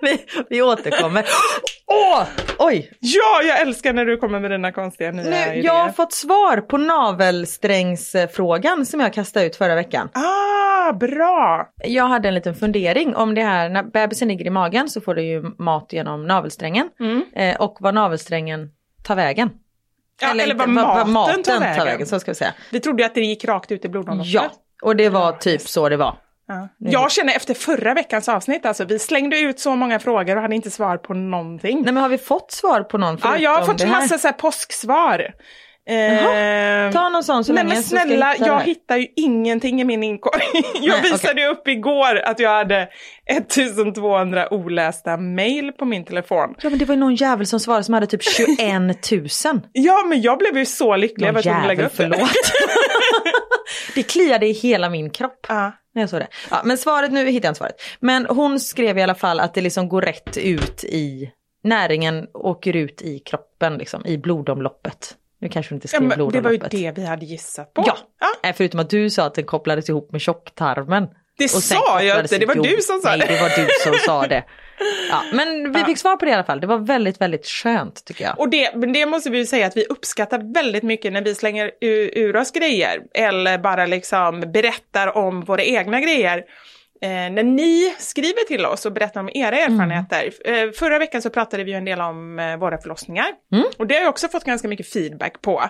Speaker 5: Vi, vi återkommer. Åh, oj!
Speaker 3: Ja, jag älskar när du kommer med dina konstiga nya
Speaker 5: Nu,
Speaker 3: idéer.
Speaker 5: jag har fått svar på navelsträngsfrågan som jag kastade ut förra veckan.
Speaker 3: Ah, bra!
Speaker 5: Jag hade en liten fundering om det här, när bebisen ligger i magen så får du ju mat genom navelsträngen
Speaker 3: Mm.
Speaker 5: eh, och vad navelsträngen tar vägen.
Speaker 3: Ja, eller,
Speaker 5: inte,
Speaker 3: vad maten, tar vägen.
Speaker 5: så ska vi säga.
Speaker 3: Vi trodde ju att det gick rakt ut i blodomloppet.
Speaker 5: Ja, och det var typ så det var.
Speaker 3: Ja. Jag känner efter förra veckans avsnitt, alltså vi slängde ut så många frågor och hade inte svar på någonting.
Speaker 5: Nej men har vi fått svar på någon
Speaker 3: ja, jag har
Speaker 5: förutom
Speaker 3: fått
Speaker 5: det
Speaker 3: en
Speaker 5: här?
Speaker 3: massa så här påsksvar. Eh,
Speaker 5: Jaha. Ta någon sån så
Speaker 3: Nej
Speaker 5: länge
Speaker 3: men
Speaker 5: så ska jag
Speaker 3: snälla,
Speaker 5: hitta
Speaker 3: jag
Speaker 5: det.
Speaker 3: hittar ju ingenting i min inkorg. Jag
Speaker 5: Nej,
Speaker 3: visade ju upp igår att jag hade 1200 olästa mejl på min telefon.
Speaker 5: Ja men det var ju någon jävel som svarade som hade typ 21 000.
Speaker 3: Ja men jag blev ju så lycklig över
Speaker 5: Någon
Speaker 3: att jag lägga
Speaker 5: jävel,
Speaker 3: upp det.
Speaker 5: förlåt. det kliade i hela min kropp.
Speaker 3: Ja.
Speaker 5: När jag såg det. Ja, men svaret, nu hittar jag inte svaret. Men hon skrev i alla fall att det liksom går rätt ut i, näringen åker ut i kroppen liksom, i blodomloppet. Nu kanske du inte
Speaker 3: Ja,
Speaker 5: skrev
Speaker 3: men det var ju
Speaker 5: blodomloppet.
Speaker 3: det vi hade gissat på.
Speaker 5: Ja. Nej, förutom att du sa att den kopplades ihop med tjocktarmen.
Speaker 3: Det
Speaker 5: sen
Speaker 3: sa jag
Speaker 5: kopplades
Speaker 3: inte, det var
Speaker 5: ihop-
Speaker 3: du som sa
Speaker 5: Nej,
Speaker 3: det.
Speaker 5: det var du som sa det. Ja, men vi fick svar på det i alla fall. Det var väldigt, väldigt skönt tycker jag.
Speaker 3: Och det, men det måste vi ju säga att vi uppskattar väldigt mycket när vi slänger ur, ur oss grejer eller bara liksom berättar om våra egna grejer. Eh, när ni skriver till oss och berättar om era
Speaker 5: Mm.
Speaker 3: erfarenheter. Eh, förra veckan så pratade vi ju en del om eh, våra förlossningar.
Speaker 5: Mm.
Speaker 3: Och det har jag också fått ganska mycket feedback på. Eh,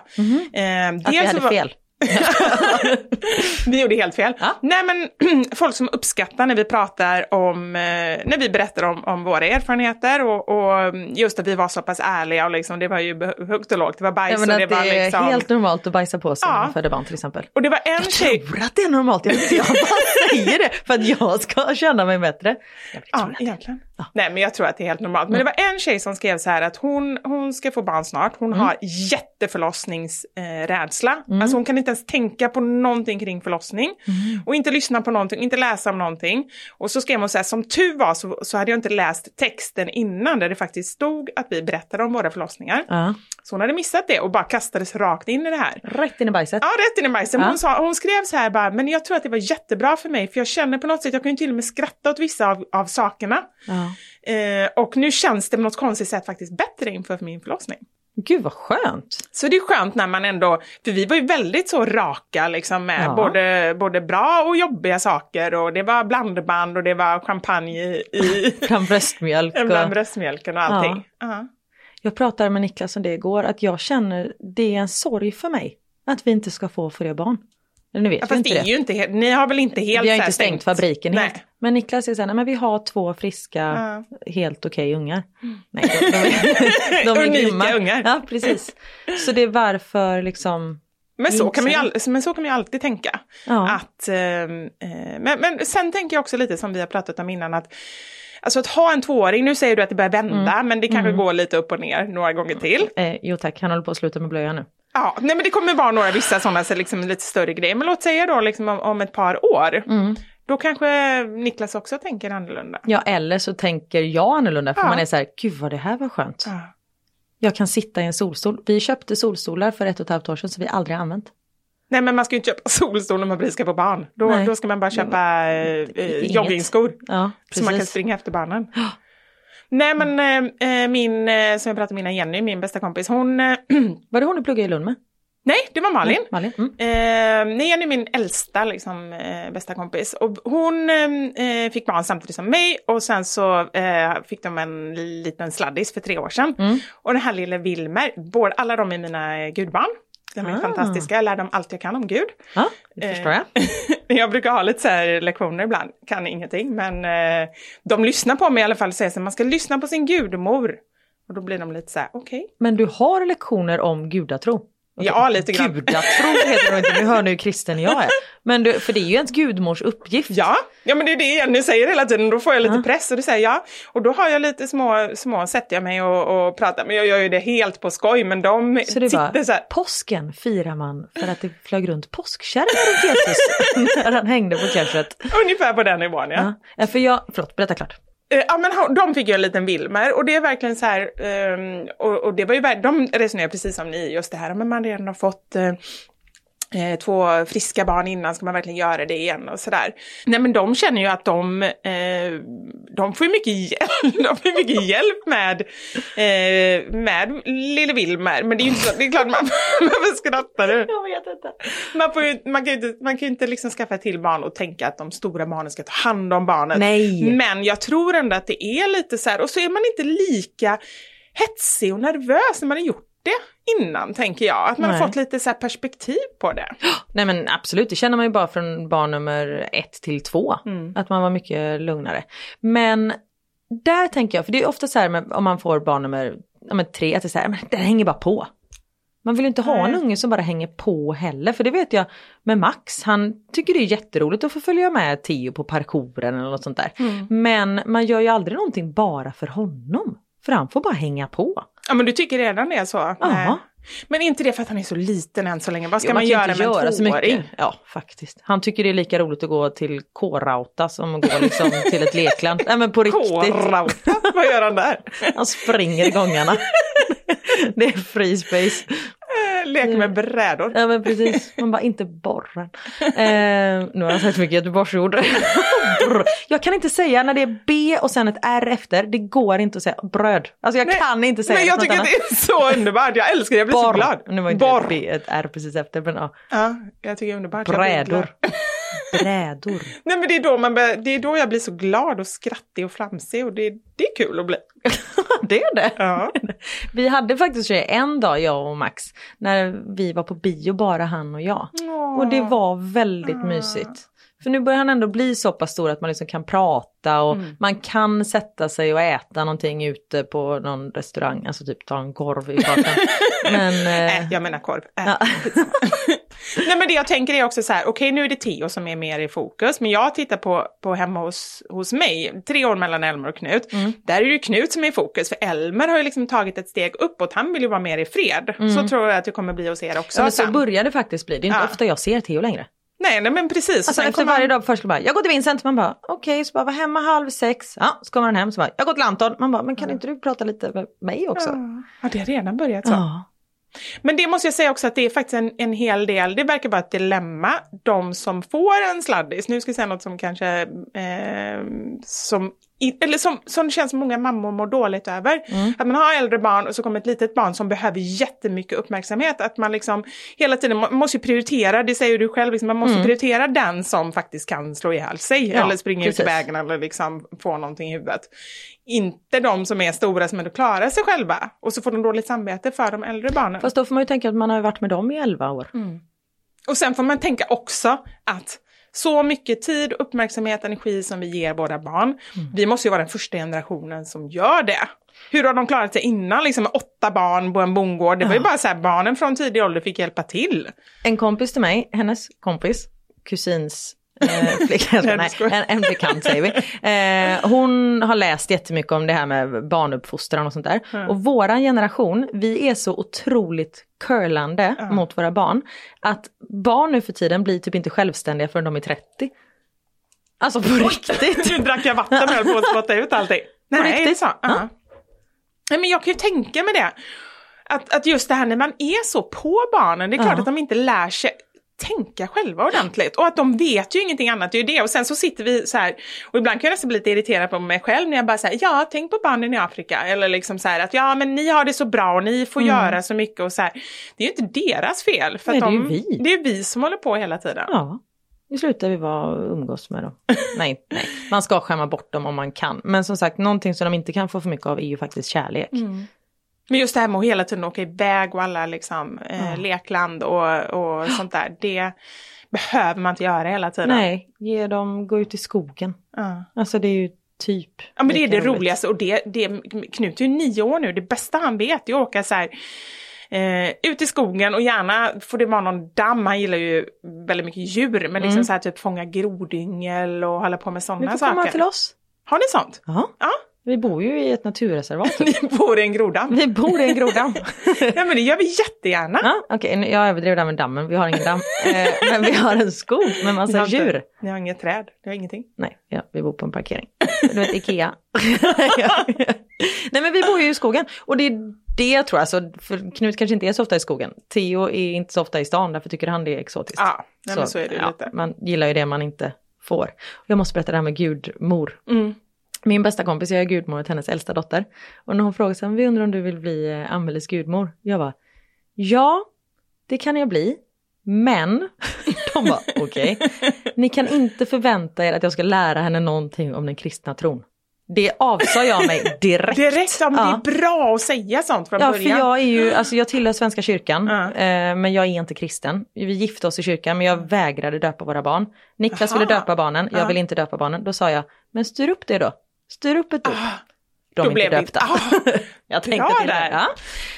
Speaker 5: att vi
Speaker 3: dels så
Speaker 5: hade
Speaker 3: var-
Speaker 5: fel.
Speaker 3: vi gjorde helt fel.
Speaker 5: Ja.
Speaker 3: Nej men folk som uppskattar när vi pratar om, eh, när vi berättar om, om våra erfarenheter och, och just att vi var så pass ärliga och liksom, det var ju beh- högt och lågt, det var bajs
Speaker 5: Jag
Speaker 3: och
Speaker 5: menar
Speaker 3: det
Speaker 5: att det
Speaker 3: var
Speaker 5: är
Speaker 3: liksom.
Speaker 5: helt normalt att bajsa på sig när
Speaker 3: Ja.
Speaker 5: man föder barn till exempel.
Speaker 3: Och det var en
Speaker 5: Jag
Speaker 3: tjej,
Speaker 5: tror att det är normalt, jag, vet inte, jag bara säger det för att jag ska känna mig bättre. Jag vet,
Speaker 3: ja
Speaker 5: tror jag.
Speaker 3: egentligen. Nej men jag tror att det är helt normalt. Men det var en tjej som skrev så här att hon, hon ska få barn snart, hon
Speaker 5: Mm.
Speaker 3: har jätteförlossningsrädsla. Alltså hon kan inte ens tänka på någonting kring förlossning.
Speaker 5: Mm.
Speaker 3: Och inte lyssna på någonting, inte läsa om någonting. Och så skrev hon så här, som tur var så, så hade jag inte läst texten innan där det faktiskt stod att vi berättade om våra förlossningar.
Speaker 5: Ja.
Speaker 3: Så hon hade missat det och bara kastades rakt in i det här.
Speaker 5: Rätt in i bajset.
Speaker 3: Ja, rätt in i bajsen.
Speaker 5: Ja.
Speaker 3: Hon, sa, hon skrev så här bara, men jag tror att det var jättebra för mig för jag känner på något sätt, jag kan ju till och med skratta åt vissa av, av sakerna.
Speaker 5: Ja.
Speaker 3: Eh, och nu känns det på något konstigt sätt faktiskt bättre inför min förlossning.
Speaker 5: Gud vad skönt.
Speaker 3: Så det är skönt när man ändå, för vi var ju väldigt så raka liksom med
Speaker 5: Ja.
Speaker 3: både, både bra och jobbiga saker och det var blandband och det var champagne i, i
Speaker 5: Bland bröstmjölk.
Speaker 3: bland
Speaker 5: Och...
Speaker 3: bröstmjölken och allting. Ja.
Speaker 5: Jag pratade med Niklas om det igår, att jag känner det är en sorg för mig att vi inte ska få fler barn. Eller nu vet
Speaker 3: Ja,
Speaker 5: vi
Speaker 3: fast det
Speaker 5: inte det.
Speaker 3: är ju inte helt, ni har väl inte helt
Speaker 5: vi har
Speaker 3: så här
Speaker 5: inte stängt fabriken
Speaker 3: Nej.
Speaker 5: helt. Men Niklas är så här, nej men vi har två friska,
Speaker 3: Ja. Mm.
Speaker 5: helt okej ungar. Nej, de, de, är- de är
Speaker 3: Unika
Speaker 5: grymma.
Speaker 3: ungar.
Speaker 5: Ja, precis. Så det är varför liksom,
Speaker 3: Men så, kan man ju
Speaker 5: Inser.
Speaker 3: all, men så kan man ju alltid tänka.
Speaker 5: ja.
Speaker 3: Att, ehm, eh, men, men sen tänker jag också lite som vi har pratat om innan att Alltså att ha en tvååring, nu säger du att det börjar vända
Speaker 5: Mm.
Speaker 3: men det kanske går lite upp och ner några gånger till.
Speaker 5: Eh, jo tack, han håller på att sluta med blöja nu.
Speaker 3: Ja, nej men det kommer vara några vissa sådana så liksom, lite större grejer. Men låt säga då liksom, om, om ett par år,
Speaker 5: Mm.
Speaker 3: då kanske Niklas också tänker annorlunda.
Speaker 5: Ja, eller så tänker jag annorlunda, för
Speaker 3: Ja.
Speaker 5: man är så här, gud vad det här var skönt.
Speaker 3: Ja.
Speaker 5: Jag kan sitta i en solstol. Vi köpte solstolar för ett och ett halvt år sedan som vi aldrig har använt.
Speaker 3: Nej men man ska ju inte köpa solstol när man precis ska få barn. Då,
Speaker 5: Nej.
Speaker 3: då ska man bara köpa eh, eh,
Speaker 5: Inget.
Speaker 3: joggingskor.
Speaker 5: Ja,
Speaker 3: Så man kan
Speaker 5: precis.
Speaker 3: springa efter barnen. Nej men eh, eh, min, eh, som jag pratade om innan, Jenny, min bästa kompis, hon, eh,
Speaker 5: Var det hon du pluggade i Lund med?
Speaker 3: nej det var Malin.
Speaker 5: Nej, Malin? Mm.
Speaker 3: Eh, nej, Jenny är min äldsta liksom, eh, bästa kompis. Och hon eh, fick barn samtidigt som mig och sen så eh, fick de en liten sladdis för tre år sedan.
Speaker 5: Mm.
Speaker 3: Och den här lilla Wilmer, både, alla de är mina gudbarn. De är
Speaker 5: Ah.
Speaker 3: fantastiska, jag lär dem allt jag kan om Gud.
Speaker 5: Ja, det
Speaker 3: Eh,
Speaker 5: förstår jag.
Speaker 3: jag brukar ha lite så här lektioner ibland, kan ingenting, men eh, de lyssnar på mig i alla fall och säger att man ska lyssna på sin gudmor. Och då blir de lite så här, okej.
Speaker 5: Men du har lektioner om gudatro? Okej.
Speaker 3: Ja, lite grann.
Speaker 5: Gudatro heter det inte, nu hör ni hur kristen jag är. Men du, för det är ju ens gudmors uppgift.
Speaker 3: Ja, ja men det är det Jenny säger hela tiden, då får jag lite
Speaker 5: Ja.
Speaker 3: press och då säger jag, och då har jag lite små, små sätter jag mig och, och pratar, men jag gör ju det helt på skoj, men de
Speaker 5: Så det är
Speaker 3: sitter
Speaker 5: bara,
Speaker 3: så här,
Speaker 5: påsken firar man för att det flög runt påskkärror runt Jesus när han hängde på korset.
Speaker 3: ungefär på den nivån ja.
Speaker 5: Ja. Ja, för jag, förlåt, berätta klart.
Speaker 3: Eh, Ja men ha- de fick ju en liten Wilmer och det är verkligen så här, ehm, och, och det var ju, ver- de resonerar precis som ni, just det här, men man redan har fått eh, eh, två friska barn innan, ska man verkligen göra det igen och sådär. Nej men de känner ju att de, eh, de får ju mycket hjälp, de får ju mycket hjälp med, eh, med lille Wilmer, men det är ju inte så, det är klart man, varför skrattar du?
Speaker 5: Jag vet inte.
Speaker 3: Man, får ju, man kan ju inte, man kan ju inte liksom skaffa till barn och tänka att de stora barnen ska ta hand om barnet.
Speaker 5: Nej.
Speaker 3: Men jag tror ändå att det är lite så här, och så är man inte lika hetsig och nervös när man har gjort det innan, tänker jag. Att man
Speaker 5: Nej.
Speaker 3: har fått lite så här perspektiv på det.
Speaker 5: Nej men absolut, det känner man ju bara från barn nummer ett till två. Att man var mycket lugnare. Men där tänker jag, för det är ofta så här med, om man får barn nummer ja, men tre, att det är så här, men det hänger bara på. Man vill ju inte ha en unge som bara hänger på heller. För det vet jag med Max, han tycker det är jätteroligt att få följa med Theo på parkouren eller något sånt där. Men man gör ju aldrig någonting bara för honom. För han får bara hänga på.
Speaker 3: Ja, men du tycker redan det är så?
Speaker 5: Ja.
Speaker 3: Nej. Men är inte det för att han är så liten än så länge? Vad ska
Speaker 5: Jo,
Speaker 3: man,
Speaker 5: kan
Speaker 3: göra
Speaker 5: inte
Speaker 3: med en tvååring?
Speaker 5: Ja, faktiskt. Han tycker det är lika roligt att gå till K-Rauta som att gå liksom till ett lekland. Nej men på riktigt.
Speaker 3: Kårauta, vad gör han där?
Speaker 5: Han springer i gångarna. Det är free space.
Speaker 3: Eh, Leker
Speaker 5: Mm.
Speaker 3: med brädor.
Speaker 5: Ja men precis, man bara inte borrar. Eh, nu har jag sagt mycket göteborgsord. Brr. jag kan inte säga när det är B och sen ett R efter, det går inte att säga bröd. Alltså jag
Speaker 3: Nej,
Speaker 5: kan inte säga
Speaker 3: Men jag
Speaker 5: något
Speaker 3: tycker att
Speaker 5: annat.
Speaker 3: det är så underbart, jag älskar det, jag blir så glad.
Speaker 5: Borr. Nu var inte
Speaker 3: Borr.
Speaker 5: Borr. B ett R precis efter men ja.
Speaker 3: Ja, jag tycker det är underbart. Jag blir glad.
Speaker 5: Brädor. Brädor.
Speaker 3: Nej men det är, då man bör, det är då jag blir så glad och skrattig och flamsig och det, det är kul att bli.
Speaker 5: det är det.
Speaker 3: Ja.
Speaker 5: Vi hade faktiskt det en dag jag och Max när vi var på bio bara han och jag. Och det var väldigt
Speaker 3: Ah.
Speaker 5: mysigt. För nu börjar han ändå bli så pass stor att man liksom kan prata och
Speaker 3: Mm.
Speaker 5: man kan sätta sig och äta någonting ute på någon restaurang, alltså typ ta en korv i gatan. Men eh,
Speaker 3: Äh, jag menar korv. Äh.
Speaker 5: ja.
Speaker 3: Nej men det jag tänker är också så här, okej nu är det Theo som är mer i fokus, men jag tittar på, på hemma hos, hos mig, tre år mellan Elmer och Knut,
Speaker 5: Mm.
Speaker 3: där är det ju Knut som är i fokus, för Elmer har ju liksom tagit ett steg uppåt, han vill ju vara mer i fred. Så tror jag att det kommer bli hos er också.
Speaker 5: så, Mm. men så
Speaker 3: sen.
Speaker 5: börjar det faktiskt bli, det är inte
Speaker 3: Ja.
Speaker 5: ofta jag ser Theo längre.
Speaker 3: Nej, nej men precis.
Speaker 5: Alltså
Speaker 3: Sen
Speaker 5: efter
Speaker 3: kommer
Speaker 5: varje
Speaker 3: han-
Speaker 5: dag på förskolan bara, jag går till Vincent, man bara okej, så bara var hemma halv sex, ja, så kommer han hem, så bara jag går till Anton, man bara men kan inte du prata lite med mig också?
Speaker 3: Ja, det har redan börjat så.
Speaker 5: Ja.
Speaker 3: Men det måste jag säga också att det är faktiskt en, en hel del, det verkar vara ett dilemma, de som får en sladdis, nu ska jag säga något som kanske, eh, som, i- eller som, som det känns som många mammor mår dåligt över.
Speaker 5: Mm.
Speaker 3: Att man har äldre barn och så kommer ett litet barn som behöver jättemycket uppmärksamhet. Att man liksom hela tiden må, måste ju prioritera, det säger du själv, liksom, man måste prioritera den som faktiskt kan slå ihjäl sig
Speaker 5: Mm. Ja,
Speaker 3: eller springa ut i
Speaker 5: precis.
Speaker 3: vägen eller liksom få någonting i huvudet. Inte de som är stora som ändå klarar sig själva och så får de dåligt samvete för de äldre barnen.
Speaker 5: Fast då får man ju tänka att man har ju varit med dem i 11 år.
Speaker 3: Mm. Och sen får man tänka också att så mycket tid, uppmärksamhet, energi som vi ger våra barn. Vi måste ju vara den första generationen som gör det. Hur har de klarat sig innan, liksom med åtta barn på en bondgård? Det var ju bara så här, barnen från tidig ålder fick hjälpa till.
Speaker 5: En kompis till mig, hennes kompis, kusins eh, flicka,
Speaker 3: Nej,
Speaker 5: nej,
Speaker 3: du skojar.
Speaker 5: en, en bekant säger vi. Eh, hon har läst jättemycket om det här med barnuppfostran och sånt där. Och våran generation, vi är så otroligt curlande mot våra barn. Att barn nu för tiden blir typ inte självständiga förrän de är 30. Alltså på riktigt.
Speaker 3: Nu drack jag vatten och höll på att spotta ut allting. Nej,
Speaker 5: riktigt?
Speaker 3: så. Ja.
Speaker 5: Ja.
Speaker 3: Nej, men jag kan ju tänka mig det. Att, att just det här när man är så på barnen, det är klart
Speaker 5: Ja.
Speaker 3: att de inte lär sig tänka själva ordentligt och att de vet ju ingenting annat, det är ju det. Och sen så sitter vi så här, och ibland kan jag nästan bli lite irriterad på mig själv när jag bara säger ja, tänk på barnen i Afrika. Eller liksom så här att ja, men ni har det så bra och ni får göra så mycket och så här. Det är ju inte deras fel. För
Speaker 5: Mm. Nej,
Speaker 3: att
Speaker 5: det är
Speaker 3: de,
Speaker 5: ju vi.
Speaker 3: Det är vi som håller på hela tiden.
Speaker 5: Ja, nu slutar vi vara umgås med dem. Nej, nej, man ska skämma bort dem om man kan. Men som sagt, någonting som de inte kan få för mycket av är ju faktiskt kärlek.
Speaker 3: Men just det här med att hela tiden åka iväg och alla liksom, eh, lekland och, och sånt där, det behöver man inte göra hela tiden.
Speaker 5: Nej, ge dem, gå ut i skogen.
Speaker 3: Ja.
Speaker 5: Alltså det är ju typ.
Speaker 3: Ja men det är
Speaker 5: lika
Speaker 3: det
Speaker 5: roligt.
Speaker 3: roligaste och det, det, Knut är ju nio år nu, det bästa han vet är att åka så här eh, ut i skogen och gärna får det vara någon damm, han gillar ju väldigt mycket djur, men liksom så här typ fånga grodyngel och hålla på med
Speaker 5: Mm. Nu
Speaker 3: sådana
Speaker 5: får komma
Speaker 3: saker.
Speaker 5: till oss.
Speaker 3: Har ni sånt?
Speaker 5: Ja,
Speaker 3: Ja,
Speaker 5: vi bor ju i ett naturreservat.
Speaker 3: ni bor i en grodamm.
Speaker 5: vi bor i en grodamm.
Speaker 3: Ja men det gör vi jättegärna.
Speaker 5: ja, Okej, nu- jag överdrev där med dammen, vi har ingen damm. Eh, men vi har en skog med
Speaker 3: Ni
Speaker 5: massa
Speaker 3: har inte-
Speaker 5: djur.
Speaker 3: Ni har inget träd, ni har ingenting.
Speaker 5: Nej, ja, vi bor på en parkering. Du vet, Ikea. Nej, men vi bor ju i skogen. Och det är det jag tror, alltså, för Knut kanske inte är så ofta i skogen. Theo är inte så ofta i stan, därför tycker han det är exotiskt.
Speaker 3: Ja, nej, men så är det ju lite.
Speaker 5: Man gillar ju det man inte får. Jag måste berätta det här med gudmor.
Speaker 3: Mm.
Speaker 5: Min bästa kompis, jag är gudmor åt hennes äldsta dotter. Och när hon frågade sig, vi undrar om du vill bli eh, Amelies gudmor? Jag bara, ja, det kan jag bli. Men, de bara okej, ni kan inte förvänta er att jag ska lära henne någonting om den kristna tron. Det avsade jag mig direkt.
Speaker 3: Direkt, ja, men
Speaker 5: Ja.
Speaker 3: det är bra att säga sånt från
Speaker 5: Ja, för
Speaker 3: början.
Speaker 5: jag är ju, alltså jag tillhör Svenska kyrkan,
Speaker 3: Ja.
Speaker 5: eh, men jag är inte kristen. Vi gifte oss i kyrkan, men jag vägrade döpa våra barn. Niklas
Speaker 3: Aha.
Speaker 5: ville döpa barnen, jag
Speaker 3: Ja.
Speaker 5: ville inte döpa barnen. Då sa jag, men styr upp det då. Styr upp ett dop. de
Speaker 3: Ah. Då
Speaker 5: inte
Speaker 3: blev vi-
Speaker 5: döpta.
Speaker 3: Ah,
Speaker 5: jag tänkte
Speaker 3: bra
Speaker 5: till det.
Speaker 3: där.
Speaker 5: Ja.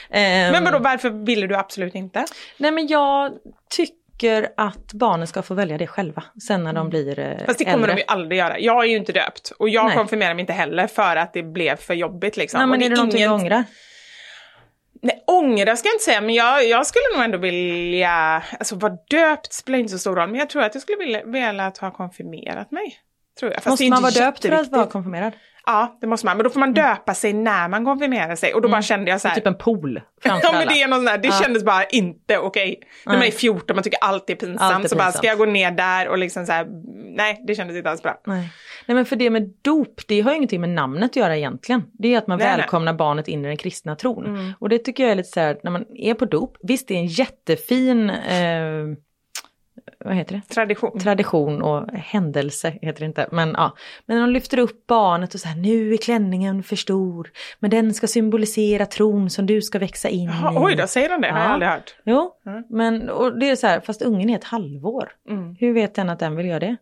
Speaker 5: Ehm,
Speaker 3: Men vadå, varför ville du absolut inte?
Speaker 5: Nej men jag tycker att barnen ska få välja det själva sen när de blir eh,
Speaker 3: Mm. Fast det kommer
Speaker 5: äldre.
Speaker 3: de ju aldrig göra. Jag är ju inte döpt och jag
Speaker 5: Nej.
Speaker 3: konfirmerar mig inte heller för att det blev för jobbigt liksom.
Speaker 5: Nej
Speaker 3: Och
Speaker 5: men är det någonting du
Speaker 3: ingen-
Speaker 5: ångrar?
Speaker 3: Nej, ångra ska jag inte säga, men jag, jag skulle nog ändå vilja, alltså vara döpt spelar inte så stor roll, men jag tror att jag skulle vilja, vilja att ha konfirmerat mig. Tror jag. Fast det
Speaker 5: Måste
Speaker 3: är
Speaker 5: man
Speaker 3: inte
Speaker 5: vara döpt för att
Speaker 3: jätteviktigt.
Speaker 5: vara konfirmerad?
Speaker 3: Ja, det måste man. Men då får man döpa sig när man konfirmerar sig och då bara kände jag så här.
Speaker 5: Typ en pool framför
Speaker 3: Ja men
Speaker 5: alla.
Speaker 3: det är någon sån där, det kändes bara inte okej. När man är 14 man tycker allt är pinsamt,
Speaker 5: Allt är
Speaker 3: så bara
Speaker 5: pinsamt.
Speaker 3: ska jag gå ner där och liksom så här, nej det kändes inte alls bra.
Speaker 5: Nej. nej men för det med dop, det har ju ingenting med namnet att göra egentligen. Det är att man
Speaker 3: Nej, Mm. nej.
Speaker 5: välkomnar barnet in i den kristna tron. Och det tycker jag är lite så här, när man är på dop, visst det är en jättefin, eh, vad heter det?
Speaker 3: Tradition.
Speaker 5: tradition och händelse heter det inte. Men ja, men de lyfter upp barnet och så här, nu är klänningen för stor. Men den ska symbolisera tron som du ska växa in
Speaker 3: Jaha,
Speaker 5: i.
Speaker 3: oj då, säger de det? Har jag
Speaker 5: Ja.
Speaker 3: aldrig hört.
Speaker 5: Jo,
Speaker 3: Mm.
Speaker 5: men och det är så här, fast ungen är ett halvår.
Speaker 3: Mm.
Speaker 5: Hur vet den att den vill göra det?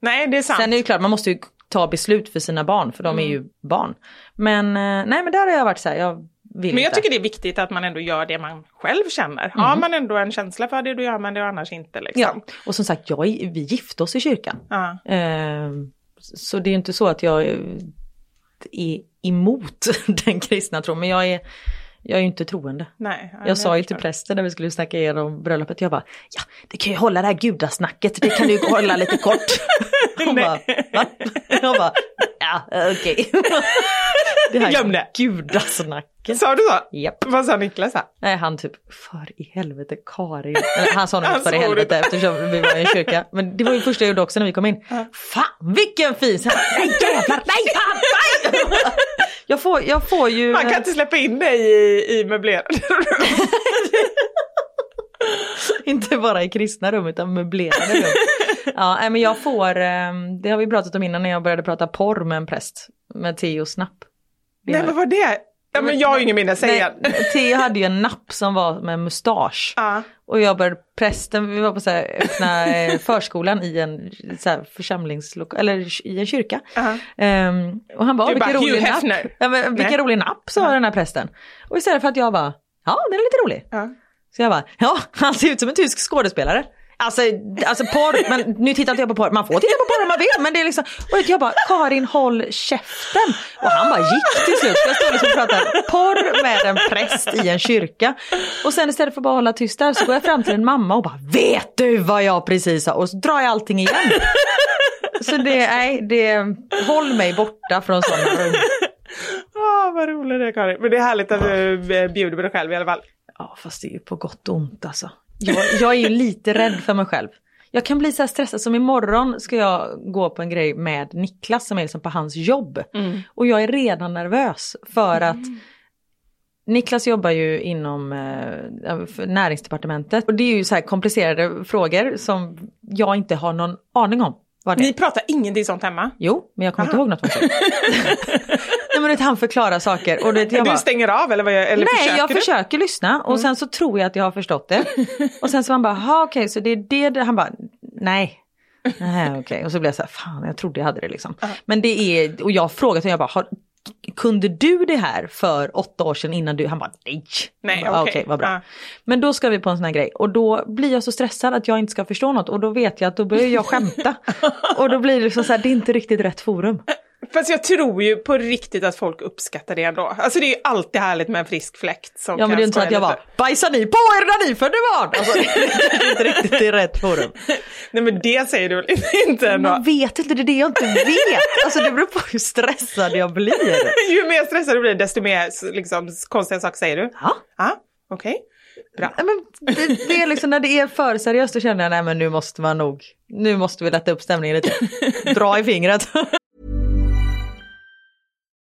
Speaker 3: Nej det är sant. Mm.
Speaker 5: Sen är det ju klart, man måste ju ta beslut för sina barn, för de är ju barn. Men eh, nej, men där har jag varit så här, jag vill
Speaker 3: Men jag
Speaker 5: inte.
Speaker 3: tycker det är viktigt att man ändå gör det man själv känner. Har man ändå en känsla för det, då gör man det och annars inte. Liksom.
Speaker 5: Mhm. Ja, och som sagt, jag, är- vi gifte oss i kyrkan.
Speaker 3: Ja.
Speaker 5: Eh, Så det är ju inte så att jag eh, är emot den kristna tron, men jag är, jag är ju inte troende.
Speaker 3: Nej, ja, men
Speaker 5: Jag sa ju typ till
Speaker 3: förstår.
Speaker 5: prästen när vi skulle snacka igenom bröllopet, jag bara, ja det kan ju hålla det här gudasnacket, det kan du ju hålla lite kort. Hon bara, va? Jag bara, ja okej. Det här
Speaker 3: Glöm det.
Speaker 5: gudasnacket.
Speaker 3: Sa du så?
Speaker 5: Japp.
Speaker 3: Vad sa Niklas? här?
Speaker 5: Nej han typ, för i helvete Karin. Eller, Han sa nog
Speaker 3: Han
Speaker 5: inte för i
Speaker 3: sa
Speaker 5: helvete
Speaker 3: det.
Speaker 5: eftersom vi var i en kyrka. Men det var ju första jag gjorde också när vi kom in. Fan vilken fin! Så här, nej jävlar, nej fan, nej! Jag får, jag får ju...
Speaker 3: Man kan inte släppa in dig i, i möblerade rum.
Speaker 5: Inte bara i kristna rum utan möblerade rum. Ja, nej, men jag får, eh, det har vi pratat om innan när jag började prata porr med en präst. Med Theo Snapp. Vi
Speaker 3: Nej
Speaker 5: har-
Speaker 3: men vad det? Ja, men jag har ingen minne, säg igen.
Speaker 5: Nej, Theo hade ju en napp som var med mustasch.
Speaker 3: Ja.
Speaker 5: Och jag började prästen, vi var på så här, öppna eh, förskolan i en så här, församlingslokal, eller i en kyrka.
Speaker 3: Ja.
Speaker 5: Ehm, och han bara,
Speaker 3: Du
Speaker 5: vilken
Speaker 3: bara,
Speaker 5: rolig
Speaker 3: Hugh
Speaker 5: napp.
Speaker 3: Hefner.
Speaker 5: Ja, men, vilken
Speaker 3: Nej.
Speaker 5: rolig napp, sa den här prästen. Och istället för att jag bara, ja den är lite rolig.
Speaker 3: Ja.
Speaker 5: Så jag bara, ja han ser ut som en tysk skådespelare. Alltså, alltså porr, men nu tittar inte jag på porr, man får titta på porr om man vill men det är liksom, och jag bara Karin håll käften. Och han bara gick till slut, jag står liksom och pratar porr med en präst i en kyrka. Och sen istället för att bara hålla tyst där så går jag fram till en mamma och bara vet du vad jag precis sa? Och så drar jag allting igen. Så det, nej, det, håll mig borta från sådana rum.
Speaker 3: Ah, vad roligt det är Karin. Men det är härligt att du eh, bjuder på dig själv i alla fall.
Speaker 5: Ja fast det är ju på gott och ont alltså. Jag, jag är ju lite rädd för mig själv. Jag kan bli så här stressad som imorgon ska jag gå på en grej med Niklas som är liksom på hans jobb. Och jag är redan nervös för att Niklas jobbar ju inom eh, för näringsdepartementet och det är ju så här komplicerade frågor som jag inte har någon aning om. Vad det är.
Speaker 3: Ni pratar ingenting sånt hemma?
Speaker 5: Jo, men jag kommer inte ihåg något. om det. Nej men du vet, han förklarar saker och du vet, jag bara,
Speaker 3: Du stänger av eller, vad gör- eller
Speaker 5: Nej,
Speaker 3: försöker
Speaker 5: jag
Speaker 3: du? Mm.
Speaker 5: försöker lyssna och sen så tror jag att jag har förstått det. Och sen så han bara, "Ha, okej, så det är det, det, han bara, nej. Nej, okej. Och så blev jag så här, fan jag trodde jag hade det liksom. Men det är, och jag har frågat honom, jag bara, har, kunde du det här för åtta år sedan innan du, han bara, nej.
Speaker 3: Nej,
Speaker 5: Jag bara, "Ah,
Speaker 3: okej.
Speaker 5: vad bra.
Speaker 3: Ja.
Speaker 5: Men då ska vi på en sån här grej och då blir jag så stressad att jag inte ska förstå något och då vet jag att då börjar jag skämta. och då blir det liksom så här, det är inte riktigt rätt forum.
Speaker 3: Fast jag tror ju på riktigt att folk uppskattar det ändå. Alltså det är ju alltid härligt med en frisk fläkt som
Speaker 5: Ja men
Speaker 3: kan
Speaker 5: det är inte så
Speaker 3: skoja
Speaker 5: att jag
Speaker 3: lite.
Speaker 5: bara, bajsar ni på er när ni födde barn? Alltså, det är inte riktigt i rätt forum.
Speaker 3: Nej men det säger du väl inte ändå?
Speaker 5: Man vet inte, det är det jag inte vet. Alltså det beror på hur stressad jag blir.
Speaker 3: Ju mer stressad du blir desto mer liksom, konstiga saker säger du.
Speaker 5: Ja.
Speaker 3: Ja, okej. Bra.
Speaker 5: Nej, Men det, det är liksom när det är för seriöst då känner jag nej men nu måste man nog, nu måste vi lätta upp stämningen lite. Dra i fingret.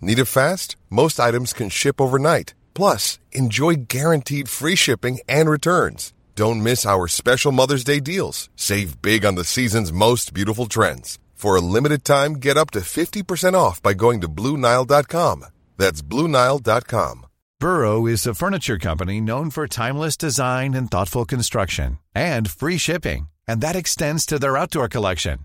Speaker 1: Need it fast? Most items can ship overnight. Plus, enjoy guaranteed free shipping and returns. Don't miss our special Mother's Day deals. Save big on the season's most beautiful trends. For a limited time, get up to 50% off by going to BlueNile.com. That's BlueNile.com.
Speaker 6: Burrow is a furniture company known for timeless design and thoughtful construction and free shipping, and that extends to their outdoor collection.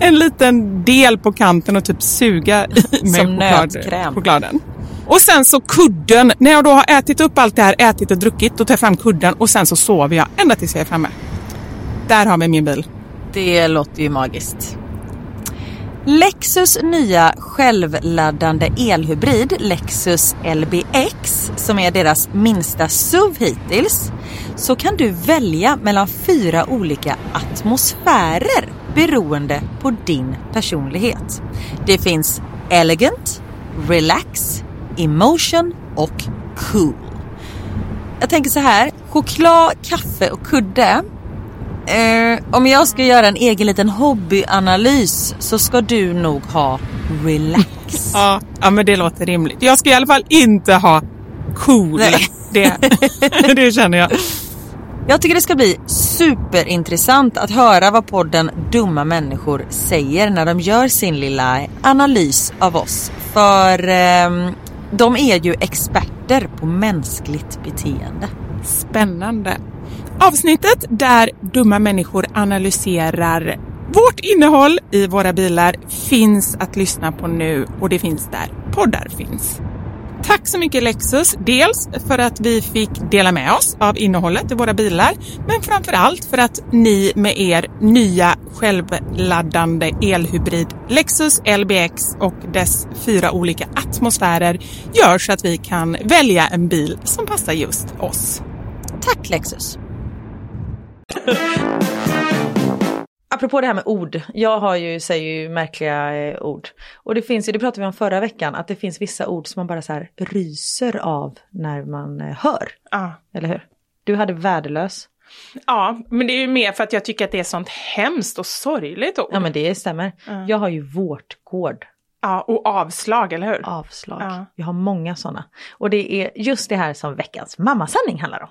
Speaker 3: en liten del på kanten och typ suga i mig
Speaker 2: Som
Speaker 3: choklad,
Speaker 2: nötkräm.
Speaker 3: chokladen. Och sen så kudden. När jag då har ätit upp allt det här, ätit och druckit, då tar jag fram kudden och sen så sover jag ända tills jag är framme. Där har vi min bil.
Speaker 2: Det låter ju magiskt. Lexus nya självladdande elhybrid Lexus LBX som är deras minsta SUV hittills så kan du välja mellan fyra olika atmosfärer beroende på din personlighet. Det finns Elegant, Relax, Emotion och Cool. Jag tänker så här, choklad, kaffe och kudde Eh, om jag ska göra en egen liten hobbyanalys så ska du nog ha relax.
Speaker 3: Ja, ja men det låter rimligt. Jag ska i alla fall inte ha cool.
Speaker 2: Nej.
Speaker 3: Det, det känner jag.
Speaker 2: Jag tycker det ska bli superintressant att höra vad podden Dumma människor säger när de gör sin lilla analys av oss. För ehm, de är ju experter på mänskligt beteende.
Speaker 3: Spännande. Avsnittet där dumma människor analyserar vårt innehåll i våra bilar finns att lyssna på nu och det finns där poddar finns. Tack så mycket Lexus, dels för att vi fick dela med oss av innehållet i våra bilar, men framför allt för att ni med er nya självladdande elhybrid Lexus LBX och dess fyra olika atmosfärer gör så att vi kan välja en bil som passar just oss.
Speaker 2: Tack Lexus!
Speaker 5: Apropå det här med ord, jag har ju, säger ju märkliga eh, ord. Och det finns ju, det pratade vi om förra veckan, att det finns vissa ord som man bara så här ryser av när man eh, hör.
Speaker 3: Ja.
Speaker 5: Eller hur? Du hade värdelös.
Speaker 3: ja, men det är ju mer för att jag tycker att det är sånt hemskt och sorgligt ord.
Speaker 5: Ja men det stämmer. Jag har ju vårtgård.
Speaker 3: Ja, och avslag, eller hur?
Speaker 5: avslag.
Speaker 3: Ja.
Speaker 5: Jag har många sådana. Och det är just det här som veckans mammasanning handlar om.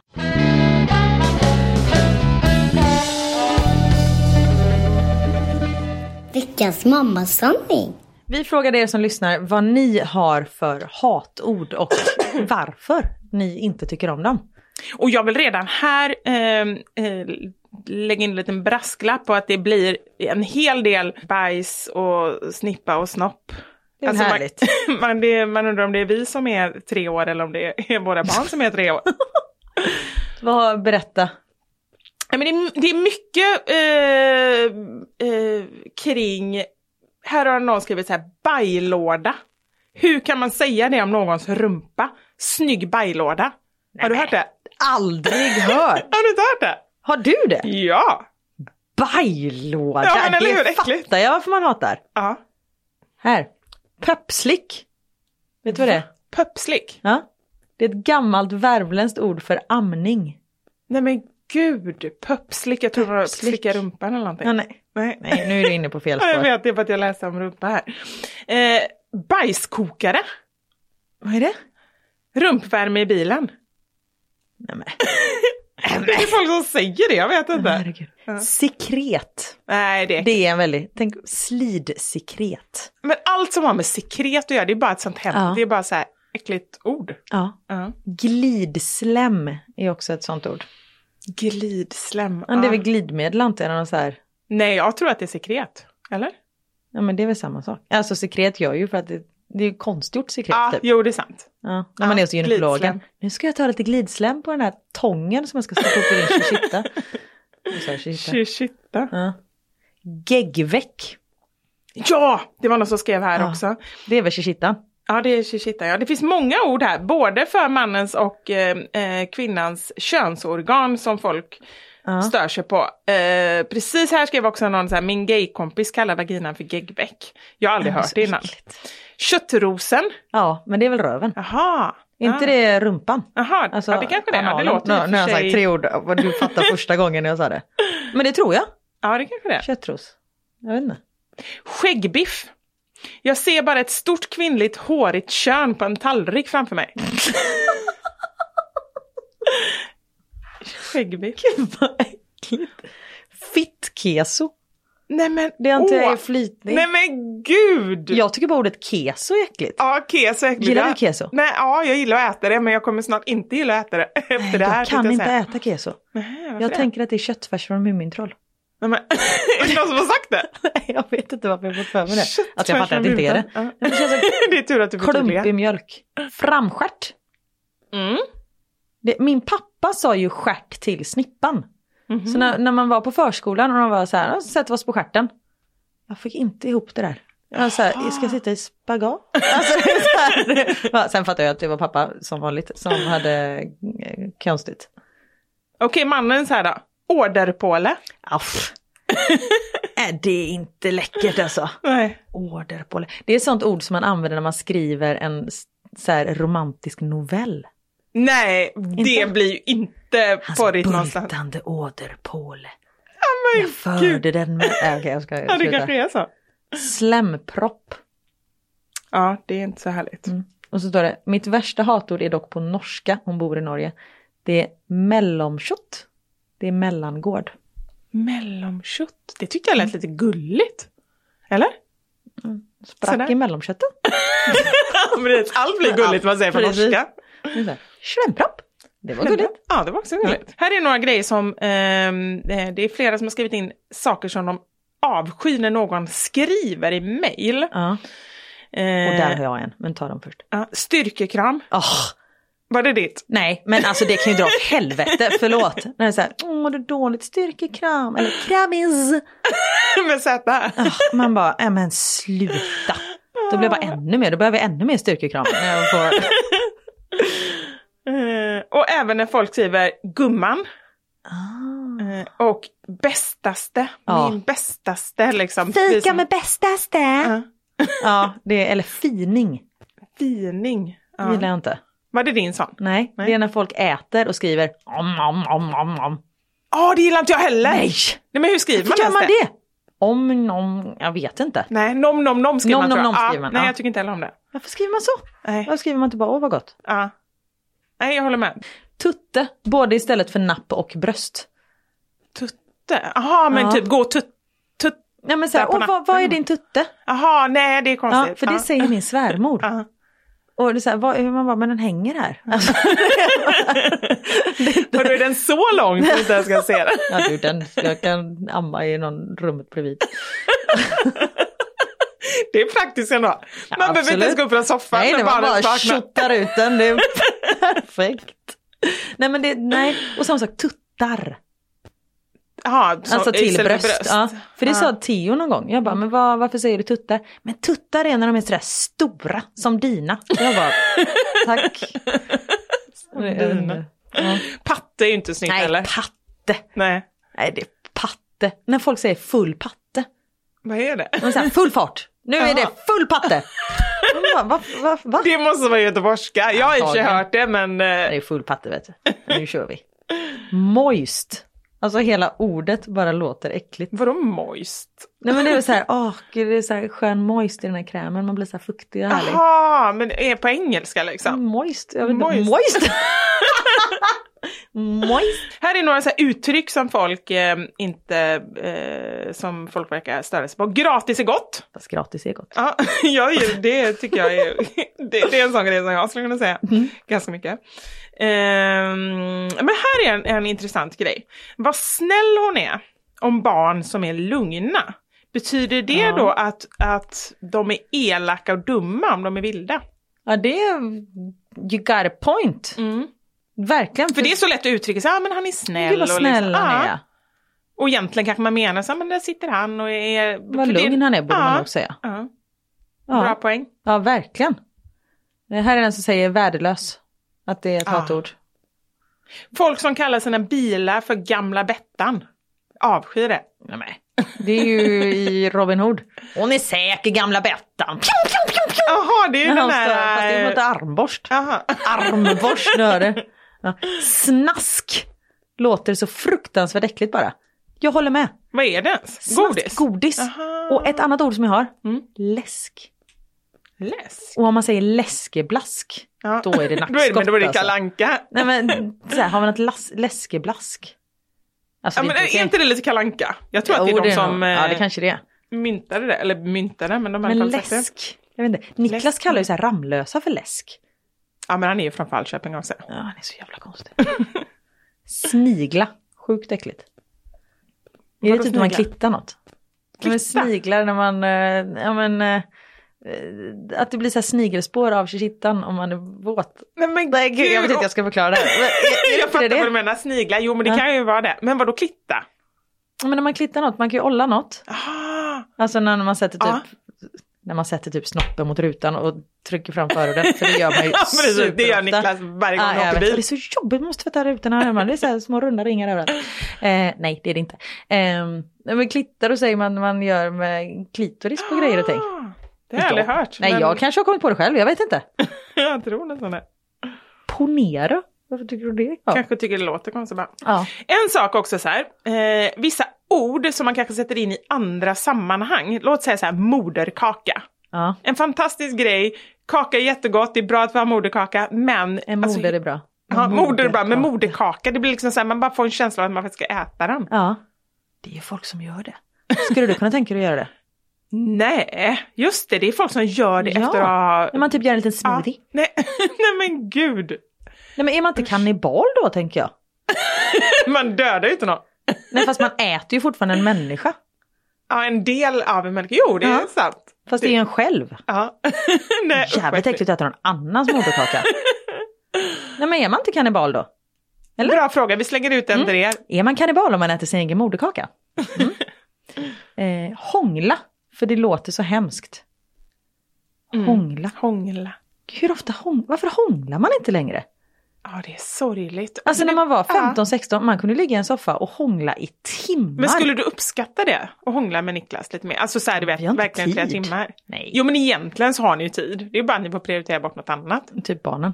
Speaker 4: Veckans mammasanning.
Speaker 5: Vi frågade er som lyssnar vad ni har för hatord och varför ni inte tycker om dem.
Speaker 3: Och jag vill redan här eh, eh, lägga in en liten brasklapp på att det blir en hel del bajs och snippa och snopp. Alltså,
Speaker 5: Det är väl
Speaker 3: man-
Speaker 5: härligt.
Speaker 3: Man, det, man undrar om det är vi som är tre år eller om det är våra barn som är tre år.
Speaker 5: Vad, berätta.
Speaker 3: Ja, men det, är, det är mycket eh, eh, kring, här har någon skrivit så här, bajlåda. Hur kan man säga det om någons rumpa? Snygg bajlåda. Har du hört det?
Speaker 5: Aldrig hört.
Speaker 3: Har du inte hört det?
Speaker 5: Har du det?
Speaker 3: Ja.
Speaker 5: Bajlåda.
Speaker 3: Ja, men eller hur?
Speaker 5: det
Speaker 3: Äckligt.
Speaker 5: fattar jag varför man hatar.
Speaker 3: ja.
Speaker 5: Här. Pöppslick. Vet du vad det är?
Speaker 3: Pöppslick.
Speaker 5: Ja. Det är ett gammalt värmländskt ord för amning.
Speaker 3: Nej men gud, pöppslick. Jag tror det var
Speaker 5: Pöppslick.
Speaker 3: slicka rumpan eller någonting.
Speaker 5: Ja, nej.
Speaker 3: nej.
Speaker 5: nej, nu är du inne på fel
Speaker 3: Ja, jag
Speaker 5: spår.
Speaker 3: vet, det är för att jag läste om rumpa här. Eh, bajskokare.
Speaker 5: Vad är det?
Speaker 3: Rumpvärme i bilen.
Speaker 5: Nej, men.
Speaker 3: Det är folk som säger det, jag vet inte. Nej,
Speaker 5: Äh, Herregud. Sekret.
Speaker 3: det är...
Speaker 5: Det är en väldigt, tänk slidsekret.
Speaker 3: Men allt som har med sekret att göra, det är bara ett sånt hem.
Speaker 5: Ja.
Speaker 3: Det är bara så här äckligt ord.
Speaker 5: Ja.
Speaker 3: Ja.
Speaker 5: Glidslem är också ett sånt ord.
Speaker 3: Glidslem.
Speaker 5: Men det är
Speaker 3: ja.
Speaker 5: väl glidmedel antar jag, så här.
Speaker 3: Nej, jag tror att det är sekret. Eller?
Speaker 5: Ja men det är väl samma sak. Alltså sekret gör ju för att det, det är ju konstgjort sekret
Speaker 3: Ja,
Speaker 5: typ.
Speaker 3: jo det är sant.
Speaker 5: Ja, när man
Speaker 3: Ja,
Speaker 5: är hos gynekologen.
Speaker 3: glidslem.
Speaker 5: Nu ska jag ta lite glidslem på den här tången som jag ska stoppa upp i din shishita. Du sa shishita.
Speaker 3: Shishita.
Speaker 5: Ja. Geggveck.
Speaker 3: Ja, det var någon som skrev här
Speaker 5: Ja.
Speaker 3: också.
Speaker 5: Det är väl shishitan?
Speaker 3: Ja, det är shishita. Ja. Det finns många ord här, både för mannens och eh, eh, kvinnans könsorgan som folk
Speaker 5: Ja.
Speaker 3: stör sig på. Eh, precis här skrev också någon så här, min gaykompis kallar vaginan för geggveck. Jag har aldrig hört det innan. Köttrosen.
Speaker 5: Ja, men det är väl röven.
Speaker 3: Jaha. Ah.
Speaker 5: Är inte det rumpan?
Speaker 3: Jaha, ja, det kanske det är. Ja, det
Speaker 5: bananen.
Speaker 3: låter i och
Speaker 5: Alltså, nu, nu har
Speaker 3: för
Speaker 5: jag sagt
Speaker 3: sig...
Speaker 5: tre ord vad du fattade första gången när jag sa det. Men det tror jag.
Speaker 3: Ja, det kanske det är.
Speaker 5: Köttros. Jag vet inte.
Speaker 3: Skäggbiff. Jag ser bara ett stort kvinnligt hårigt kön på en tallrik framför mig. Skäggbiff.
Speaker 5: Gud vad äckligt. Fittkeso.
Speaker 3: Nej men,
Speaker 5: Det antar jag
Speaker 3: åh.
Speaker 5: är flytning.
Speaker 3: Nej men gud!
Speaker 5: Jag tycker bara ordet keso är äckligt.
Speaker 3: Ja, keso är äckligt.
Speaker 5: Gillar
Speaker 3: Jag-
Speaker 5: du keso?
Speaker 3: Nej, ja, jag gillar att äta det men jag kommer snart inte gilla att äta det efter det här.
Speaker 5: jag kan
Speaker 3: tänkte
Speaker 5: inte
Speaker 3: säga.
Speaker 5: äta keso.
Speaker 3: Nej, varför
Speaker 5: Jag
Speaker 3: det?
Speaker 5: tänker att det är köttfärs från Mumintroll.
Speaker 3: Nej, men, är det någon som har sagt det?
Speaker 5: jag vet inte varför jag fått för mig det.
Speaker 3: Köttfärs
Speaker 5: Att jag fattar att det inte är det.
Speaker 3: från
Speaker 5: Men det känns som
Speaker 3: Det är tur att du
Speaker 5: klumpig
Speaker 3: förtydligar.
Speaker 5: mjölk. Framstjärt.
Speaker 3: Mm.
Speaker 5: Det, min pappa sa ju stjärt till snippan. Så när, när man var på förskolan och de var så här, "Ja, sätter vi oss på stjärten. Jag fick inte ihop det där. Jag var så här, "Jag ska jag sitta i spagat? Alltså, det är så här, det var- sen fattade jag att det var pappa som vanligt som hade eh, konstigt.
Speaker 3: Okej, mannen så här då. Orderpåle.
Speaker 5: Aff. Äh, det är inte läckert alltså.
Speaker 3: Nej.
Speaker 5: Orderpåle. Det är ett sånt ord som man använder när man skriver en s- så här, romantisk novell.
Speaker 3: Nej, det blir ju inte
Speaker 5: Hans
Speaker 3: porrigt någonstans.
Speaker 5: Alltså, bultande åderpåle.
Speaker 3: men
Speaker 5: Jag förde den med... Äh, Okej, jag
Speaker 3: Ja,
Speaker 5: ska
Speaker 3: det
Speaker 5: sluta.
Speaker 3: kanske är så.
Speaker 5: Slempropp.
Speaker 3: Ja, det är inte så härligt.
Speaker 5: Och så står det, mitt värsta hatord är dock på norska, hon bor i Norge. Det är mellomkjott. Det är mellangård.
Speaker 3: Mellomkött. Det tyckte jag lät lite gulligt. Eller?
Speaker 5: Sprack
Speaker 3: Sådär.
Speaker 5: i mellomköttet.
Speaker 3: Precis, Allt blir gulligt vad man säger på
Speaker 5: Precis.
Speaker 3: norska.
Speaker 5: Svämpropp. Det var gulligt.
Speaker 3: Ja, det var också gulligt. Här är några grejer som, ehm, eh, det är flera som har skrivit in saker som de avskyr när någon skriver i mejl.
Speaker 5: Ja. Och där har jag en, men ta dem först.
Speaker 3: Ja, styrkekram,
Speaker 5: Ah,
Speaker 3: var det ditt?
Speaker 5: nej, men alltså det kan ju dra åt helvete, förlåt. När det är så här, åh oh, du dåligt styrkekram, eller kramis.
Speaker 3: Med Z.
Speaker 5: Ah, man bara, nej men sluta. Då blir jag bara ännu mer, då behöver jag ännu mer styrkekram. När jag får...
Speaker 3: Eh, och även när folk skriver gumman
Speaker 5: ah.
Speaker 3: eh, och bästaste,
Speaker 5: Ja.
Speaker 3: min bästaste liksom. Vi
Speaker 5: Fika
Speaker 3: som-
Speaker 5: med bästaste.
Speaker 3: Ja.
Speaker 5: Ja, det är, eller fining.
Speaker 3: Fining.
Speaker 5: Det gillar
Speaker 3: Ja.
Speaker 5: jag inte.
Speaker 3: Var det din sån?
Speaker 5: Nej,
Speaker 3: Nej.
Speaker 5: det är när folk äter och skriver om, om, om, om, om.
Speaker 3: Ja, det gillar inte jag heller.
Speaker 5: Nej!
Speaker 3: Nej men hur skriver man,
Speaker 5: Hur gör
Speaker 3: ens
Speaker 5: man det? Om, nom, jag vet inte.
Speaker 3: Nej, nom nom nom skriver
Speaker 5: Nom,
Speaker 3: man
Speaker 5: nom,
Speaker 3: tror jag.
Speaker 5: nom
Speaker 3: Ja,
Speaker 5: skriver man,
Speaker 3: Nej,
Speaker 5: ja.
Speaker 3: jag tycker inte heller om det.
Speaker 5: Varför skriver man så?
Speaker 3: Nej,
Speaker 5: Varför skriver man inte bara åh vad gott?
Speaker 3: ja. Nej jag håller med.
Speaker 5: Tutte, både istället för napp och bröst.
Speaker 3: Tutte? Jaha, men
Speaker 5: Ja.
Speaker 3: typ gå tut... tut...
Speaker 5: Nej men så här,
Speaker 3: Där på
Speaker 5: åh vad, vad är
Speaker 3: nappen.
Speaker 5: din tutte?
Speaker 3: Jaha, nej det är konstigt.
Speaker 5: Ja, för det säger min svärmor.
Speaker 3: Ja.
Speaker 5: Och det är så här, vad, man bara, men den hänger här. Alltså,
Speaker 3: Hörru, är den så lång så inte jag ska se den?
Speaker 5: ja du, den, jag kan amma i någon rummet bredvid.
Speaker 3: Det är praktiskt ändå. Man behöver inte
Speaker 5: absolut.
Speaker 3: ens gå upp från soffan
Speaker 5: Nej,
Speaker 3: när
Speaker 5: det var
Speaker 3: barnet
Speaker 5: bara
Speaker 3: vaknar.
Speaker 5: tjottar ut den. Det är perfekt. Nej, men det, nej. Och samma sak, tuttar.
Speaker 3: Jaha, så-
Speaker 5: Alltså till
Speaker 3: istället för
Speaker 5: bröst. Ja, för det
Speaker 3: Ja.
Speaker 5: sa Theo någon gång. Jag bara, men vad, varför säger du tuttar? Men tuttar är när de är sådär stora, som dina. Jag bara, tack.
Speaker 3: dina.
Speaker 5: Ja.
Speaker 3: Mm. Patte är ju inte snyggt
Speaker 5: Nej,
Speaker 3: heller.
Speaker 5: patte.
Speaker 3: Nej.
Speaker 5: Nej, det är patte. När folk säger full patte.
Speaker 3: Vad är det?
Speaker 5: De är så här, full fart. Nu är det full patte. Man bara, va, va, va?
Speaker 3: Det måste vara göteborgska. Jag har i och för sig
Speaker 5: Antagligen.
Speaker 3: hört det men... eh,
Speaker 5: Det är full patte vet du. Nu kör vi. Moist. Alltså hela ordet bara låter äckligt.
Speaker 3: Vadå moist?
Speaker 5: Nej men det är väl så här, åh gud det är så här skön moist i den här krämen, man blir så här fuktig och härlig.
Speaker 3: Jaha, men är på engelska
Speaker 5: Mm.
Speaker 3: liksom.
Speaker 5: Moist, jag vet inte.
Speaker 3: Moist.
Speaker 5: Moist. Moist. moist.
Speaker 3: Här är några så här uttryck som folk eh, inte, eh, som folk verkar störa sig på. Gratis är gott.
Speaker 5: Fast gratis är gott.
Speaker 3: Ja, jag, är- det tycker jag är, det, det är en sån grej som jag skulle kunna säga
Speaker 5: Mm.
Speaker 3: ganska mycket. Ehm, men här är en, en intressant grej. Vad snäll hon är om barn som är lugna. Betyder det
Speaker 5: Ja.
Speaker 3: då att, att de är elaka och dumma om de är vilda?
Speaker 5: Ja det är, you got a point. Verkligen.
Speaker 3: Mm. För det är så lätt att uttrycka sig, ah, men han är snäll.
Speaker 5: Gud vad snäll
Speaker 3: och, liksom,
Speaker 5: han
Speaker 3: "Ah."
Speaker 5: är.
Speaker 3: och egentligen kanske man menar så, "Ah, men där sitter han och är...
Speaker 5: Vad
Speaker 3: för det-
Speaker 5: lugn han är borde man
Speaker 3: Ja,
Speaker 5: nog säga.
Speaker 3: ja. Bra
Speaker 5: Ja,
Speaker 3: poäng.
Speaker 5: ja verkligen. Det här är den som säger värdelös. Att det är ett
Speaker 3: Ah.
Speaker 5: hatord.
Speaker 3: Folk som kallar sina bilar för gamla Bettan. Avskyr det.
Speaker 5: Nej, men. Det är ju i Robin Hood. Hon är säker gamla Bettan.
Speaker 3: Jaha, det är ju
Speaker 5: När
Speaker 3: den
Speaker 5: han står-
Speaker 3: här... eh,
Speaker 5: Fast det är inte armborst.
Speaker 3: Jaha.
Speaker 5: Armborst, nu hör du. Ja. Snask låter så fruktansvärt äckligt bara. Jag håller med.
Speaker 3: Vad är det ens?
Speaker 5: Snask,
Speaker 3: Godis?
Speaker 5: Godis.
Speaker 3: Aha.
Speaker 5: Och ett annat ord som jag har.
Speaker 3: Mm.
Speaker 5: Läsk.
Speaker 3: Läsk?
Speaker 5: Och om man säger läskeblask,
Speaker 3: Ja.
Speaker 5: då är det
Speaker 3: Då är
Speaker 5: nackskott.
Speaker 3: det, men då är det
Speaker 5: alltså.
Speaker 3: kalanka.
Speaker 5: Nej men, så här, har man ett las- läskeblask? Alltså,
Speaker 3: Ja, men är
Speaker 5: okej.
Speaker 3: inte det lite kalanka? Jag tror att det är
Speaker 5: Jo,
Speaker 3: de som
Speaker 5: nog- Ja, det
Speaker 3: eh,
Speaker 5: kanske det är.
Speaker 3: myntade det, eller myntade, men de har i
Speaker 5: Men
Speaker 3: alla fall sagt det.
Speaker 5: läsk. Jag vet inte. Niklas
Speaker 3: Läsk.
Speaker 5: kallar ju så här Ramlösa för läsk.
Speaker 3: Ja, men han är ju från Falköping också.
Speaker 5: Ja, han är så jävla konstig. Snigla. Sjukt äckligt. Är det
Speaker 3: Vadå
Speaker 5: typ när man
Speaker 3: snigla?
Speaker 5: klittar något? Ja, men
Speaker 3: Klitta?
Speaker 5: sniglar när man, eh, ja men, eh, eh, att det blir så här snigelspår av kittan om man är våt.
Speaker 3: Nej men
Speaker 5: Nej gud, jag vet inte hur jag ska förklara det här. Men, eh, är- är
Speaker 3: Jag
Speaker 5: inte
Speaker 3: fattar
Speaker 5: det?
Speaker 3: vad du menar, snigla. Jo men det
Speaker 5: Ja.
Speaker 3: kan ju vara det. Men vadå klitta?
Speaker 5: Ja, Men när man klittar något, man kan ju olla något.
Speaker 3: Ah,
Speaker 5: Alltså när man sätter typ,
Speaker 3: Ja.
Speaker 5: när man sätter typ snoppen mot rutan och trycker fram förhuden. För det gör man ju
Speaker 3: ja, precis, det gör
Speaker 5: superofta.
Speaker 3: Niklas varje gång
Speaker 5: Ja,
Speaker 3: han åker
Speaker 5: jag vet. Och Det
Speaker 3: bil.
Speaker 5: är så jobbigt, man måste tvätta rutorna här hemma. Det är så här små runda ringar överallt. Eh, nej, det är det inte. Eh, nej, men klittar och säger man man gör med klitoris på grejer och ting.
Speaker 3: Ah, Det har jag aldrig hört.
Speaker 5: Nej,
Speaker 3: men
Speaker 5: jag kanske har kommit på det själv, jag vet inte.
Speaker 3: jag tror nästan det.
Speaker 5: Ponera? Varför tycker du det? Ja.
Speaker 3: Kanske tycker det låter konstigt bara.
Speaker 5: ja.
Speaker 3: En sak också så här, eh, vissa ord som man kanske sätter in i andra sammanhang. Låt säga så här moderkaka.
Speaker 5: ja.
Speaker 3: En fantastisk grej, kaka är jättegott, det är bra att vi har moderkaka, men... alltså,
Speaker 5: En moder är bra.
Speaker 3: Ja, moderkaka.
Speaker 5: moderkaka.
Speaker 3: Men moderkaka, det blir liksom så här, man bara får en känsla av att man faktiskt ska äta den.
Speaker 5: Ja. Det är ju folk som gör det. Skulle du kunna tänka dig att göra det?
Speaker 3: Nej, just det, det är folk som gör det
Speaker 5: Ja.
Speaker 3: efter att ha...
Speaker 5: När man typ gör en liten
Speaker 3: Ja.
Speaker 5: smoothie.
Speaker 3: Nej, nej men gud,
Speaker 5: Nej men är man inte kannibal då tänker jag?
Speaker 3: man dödar ju inte någon.
Speaker 5: Nej fast man äter ju fortfarande en människa.
Speaker 3: Ja, en del av en människa, jo det är
Speaker 5: Ja.
Speaker 3: sant.
Speaker 5: Fast det är ju en själv.
Speaker 3: Ja. nej, usch, vad
Speaker 5: Jävligt
Speaker 3: äckligt.
Speaker 5: äckligt att äta någon annans moderkaka. Nej men är man inte kannibal då? Eller? Mm.
Speaker 3: Bra fråga, vi slänger ut den till er.
Speaker 5: Är man kannibal om man äter sin egen moderkaka? Mm. Eh, hångla, för det låter så hemskt. Mm. Hångla.
Speaker 3: Hångla.
Speaker 5: Hur ofta hång- Varför hånglar man inte längre?
Speaker 3: Ja, det är sorgligt.
Speaker 5: Alltså när man var
Speaker 3: Ja.
Speaker 5: 15-16, man kunde ligga i en soffa och hångla i timmar.
Speaker 3: Men skulle du uppskatta det? Och hångla med Niklas lite mer? Alltså så här, du vet,
Speaker 5: Vi har inte
Speaker 3: verkligen flera
Speaker 5: tid.
Speaker 3: timmar.
Speaker 5: Nej.
Speaker 3: Jo men egentligen så har ni ju tid. Det är bara att ni får prioritera bort något annat.
Speaker 5: Typ barnen.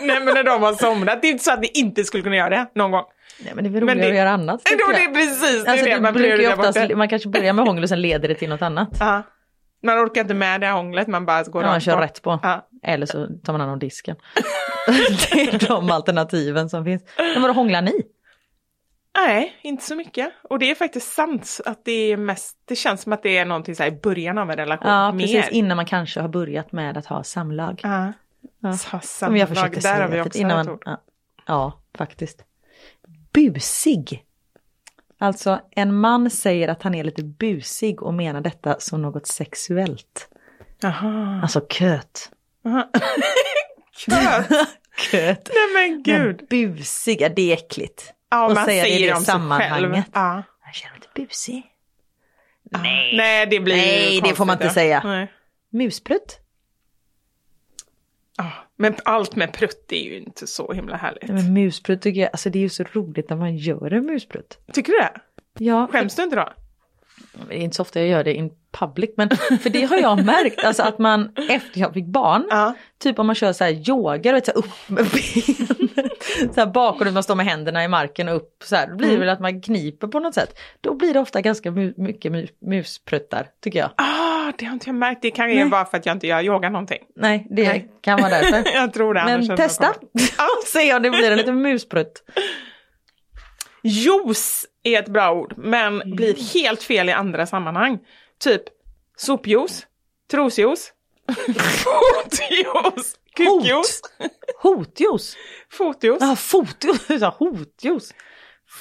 Speaker 3: Nej men när de har somnat, det är inte så att ni inte skulle kunna göra det någon gång.
Speaker 5: Nej men det är väl
Speaker 3: Men
Speaker 5: roligare
Speaker 3: det-
Speaker 5: att göra annat.
Speaker 3: Nej, då,
Speaker 5: tänker
Speaker 3: det är
Speaker 5: jag.
Speaker 3: precis det, är
Speaker 5: Alltså
Speaker 3: det.
Speaker 5: det
Speaker 3: man
Speaker 5: brukar ju
Speaker 3: prioriterar bort
Speaker 5: oftast,
Speaker 3: det.
Speaker 5: man kanske börjar med hångel och sen leder det till något annat.
Speaker 3: Ja. Man orkar inte med det här hånglet, man bara går
Speaker 5: Ja, man
Speaker 3: rakt
Speaker 5: kör
Speaker 3: på.
Speaker 5: rätt på.
Speaker 3: Ja.
Speaker 5: Eller så tar man hand om disken. det är de alternativen som finns. Men vadå hånglar ni?
Speaker 3: Nej, inte så mycket. Och det är faktiskt sant att det är mest, det känns som att det är någonting så här i början av en relation.
Speaker 5: Ja,
Speaker 3: mer.
Speaker 5: precis innan man kanske har börjat med att ha samlag.
Speaker 3: Ja.
Speaker 5: Ja.
Speaker 3: Så,
Speaker 5: Som jag
Speaker 3: samlag,
Speaker 5: försökte
Speaker 3: där
Speaker 5: säga.
Speaker 3: har vi
Speaker 5: för
Speaker 3: också
Speaker 5: innan
Speaker 3: innan
Speaker 5: man, ja, ja, faktiskt. Busig. Alltså en man säger att han är lite busig och menar detta som något sexuellt.
Speaker 3: Jaha.
Speaker 5: Alltså köt.
Speaker 3: Skönt.
Speaker 5: Köt.
Speaker 3: Nej men gud.
Speaker 5: Men busiga, det är äckligt.
Speaker 3: Ja,
Speaker 5: och
Speaker 3: man
Speaker 5: säga det i
Speaker 3: säger
Speaker 5: det
Speaker 3: om sig
Speaker 5: sammanhanget.
Speaker 3: Själv. Ja.
Speaker 5: Jag känner mig lite busig.
Speaker 3: Nej. det blir ju
Speaker 5: Nej, det
Speaker 3: konstigt,
Speaker 5: får man inte
Speaker 3: ja.
Speaker 5: säga.
Speaker 3: Nej.
Speaker 5: Musprutt?
Speaker 3: Ja, Men allt med prutt är ju inte så himla härligt.
Speaker 5: Nej, men musprutt tycker jag, alltså det är ju så roligt när man gör en musprutt.
Speaker 3: Tycker du det?
Speaker 5: Ja,
Speaker 3: Skäms du inte då?
Speaker 5: det är inte så ofta jag gör det in public, men för det har jag märkt, alltså att man efter jag fick barn,
Speaker 3: Ja.
Speaker 5: typ om man kör så här yoga, och så här upp med benet, så här bakåt, man står med händerna i marken och upp så här, då blir
Speaker 3: Mm.
Speaker 5: det väl att man kniper på något sätt. Då blir det ofta ganska mu- mycket mu- muspruttar, tycker jag.
Speaker 3: Ah, det har inte jag märkt. Det kan ju vara för att jag inte gör yoga någonting.
Speaker 5: Nej, det
Speaker 3: Nej.
Speaker 5: kan vara därför.
Speaker 3: jag tror det. annars
Speaker 5: Men
Speaker 3: hade jag
Speaker 5: testa,
Speaker 3: kommit.
Speaker 5: se om det blir en liten musprutt.
Speaker 3: Juice är ett bra ord, men
Speaker 5: Mm.
Speaker 3: blir helt fel i andra sammanhang. Typ sopjuice, trosjuice, fotjuice, kukjuice,
Speaker 5: Hotjuice.
Speaker 3: fotjuice.
Speaker 5: Ja, ah, fotjuice. Jag sa hotjuice.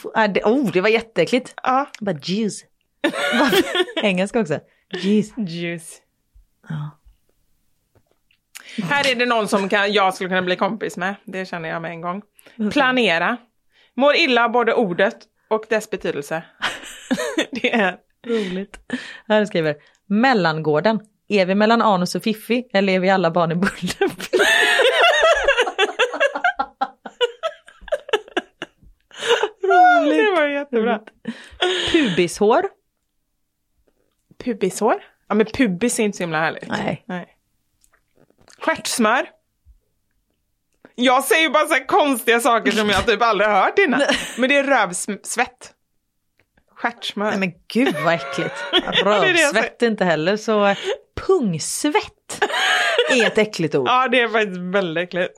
Speaker 5: Fo- ah, det, oh, det var jätteäckligt.
Speaker 3: Ja.
Speaker 5: Jag Bara juice. Engelska också. Juice.
Speaker 3: Juice. Här är det någon som kan, jag skulle kunna bli kompis med. Det känner jag med en gång. Planera. Mår illa av både ordet och dess betydelse. det är...
Speaker 5: Roligt. Här skriver mellangården. Är vi mellan anus och fiffi eller är vi alla barn i Bullerby?
Speaker 3: Det var ju jättebra.
Speaker 5: Pubishår.
Speaker 3: Pubishår? Ja men pubis är inte så himla härligt.
Speaker 5: Nej.
Speaker 3: Nej. Stjärtsmör. Jag säger ju bara så här konstiga saker som jag typ aldrig hört innan. Men det är rövsvett. Stjärtsmör.
Speaker 5: Nej men gud vad äckligt.
Speaker 3: det jag säger.
Speaker 5: Rövsvett inte heller så pungsvett är ett äckligt ord.
Speaker 3: Ja det är faktiskt väldigt äckligt.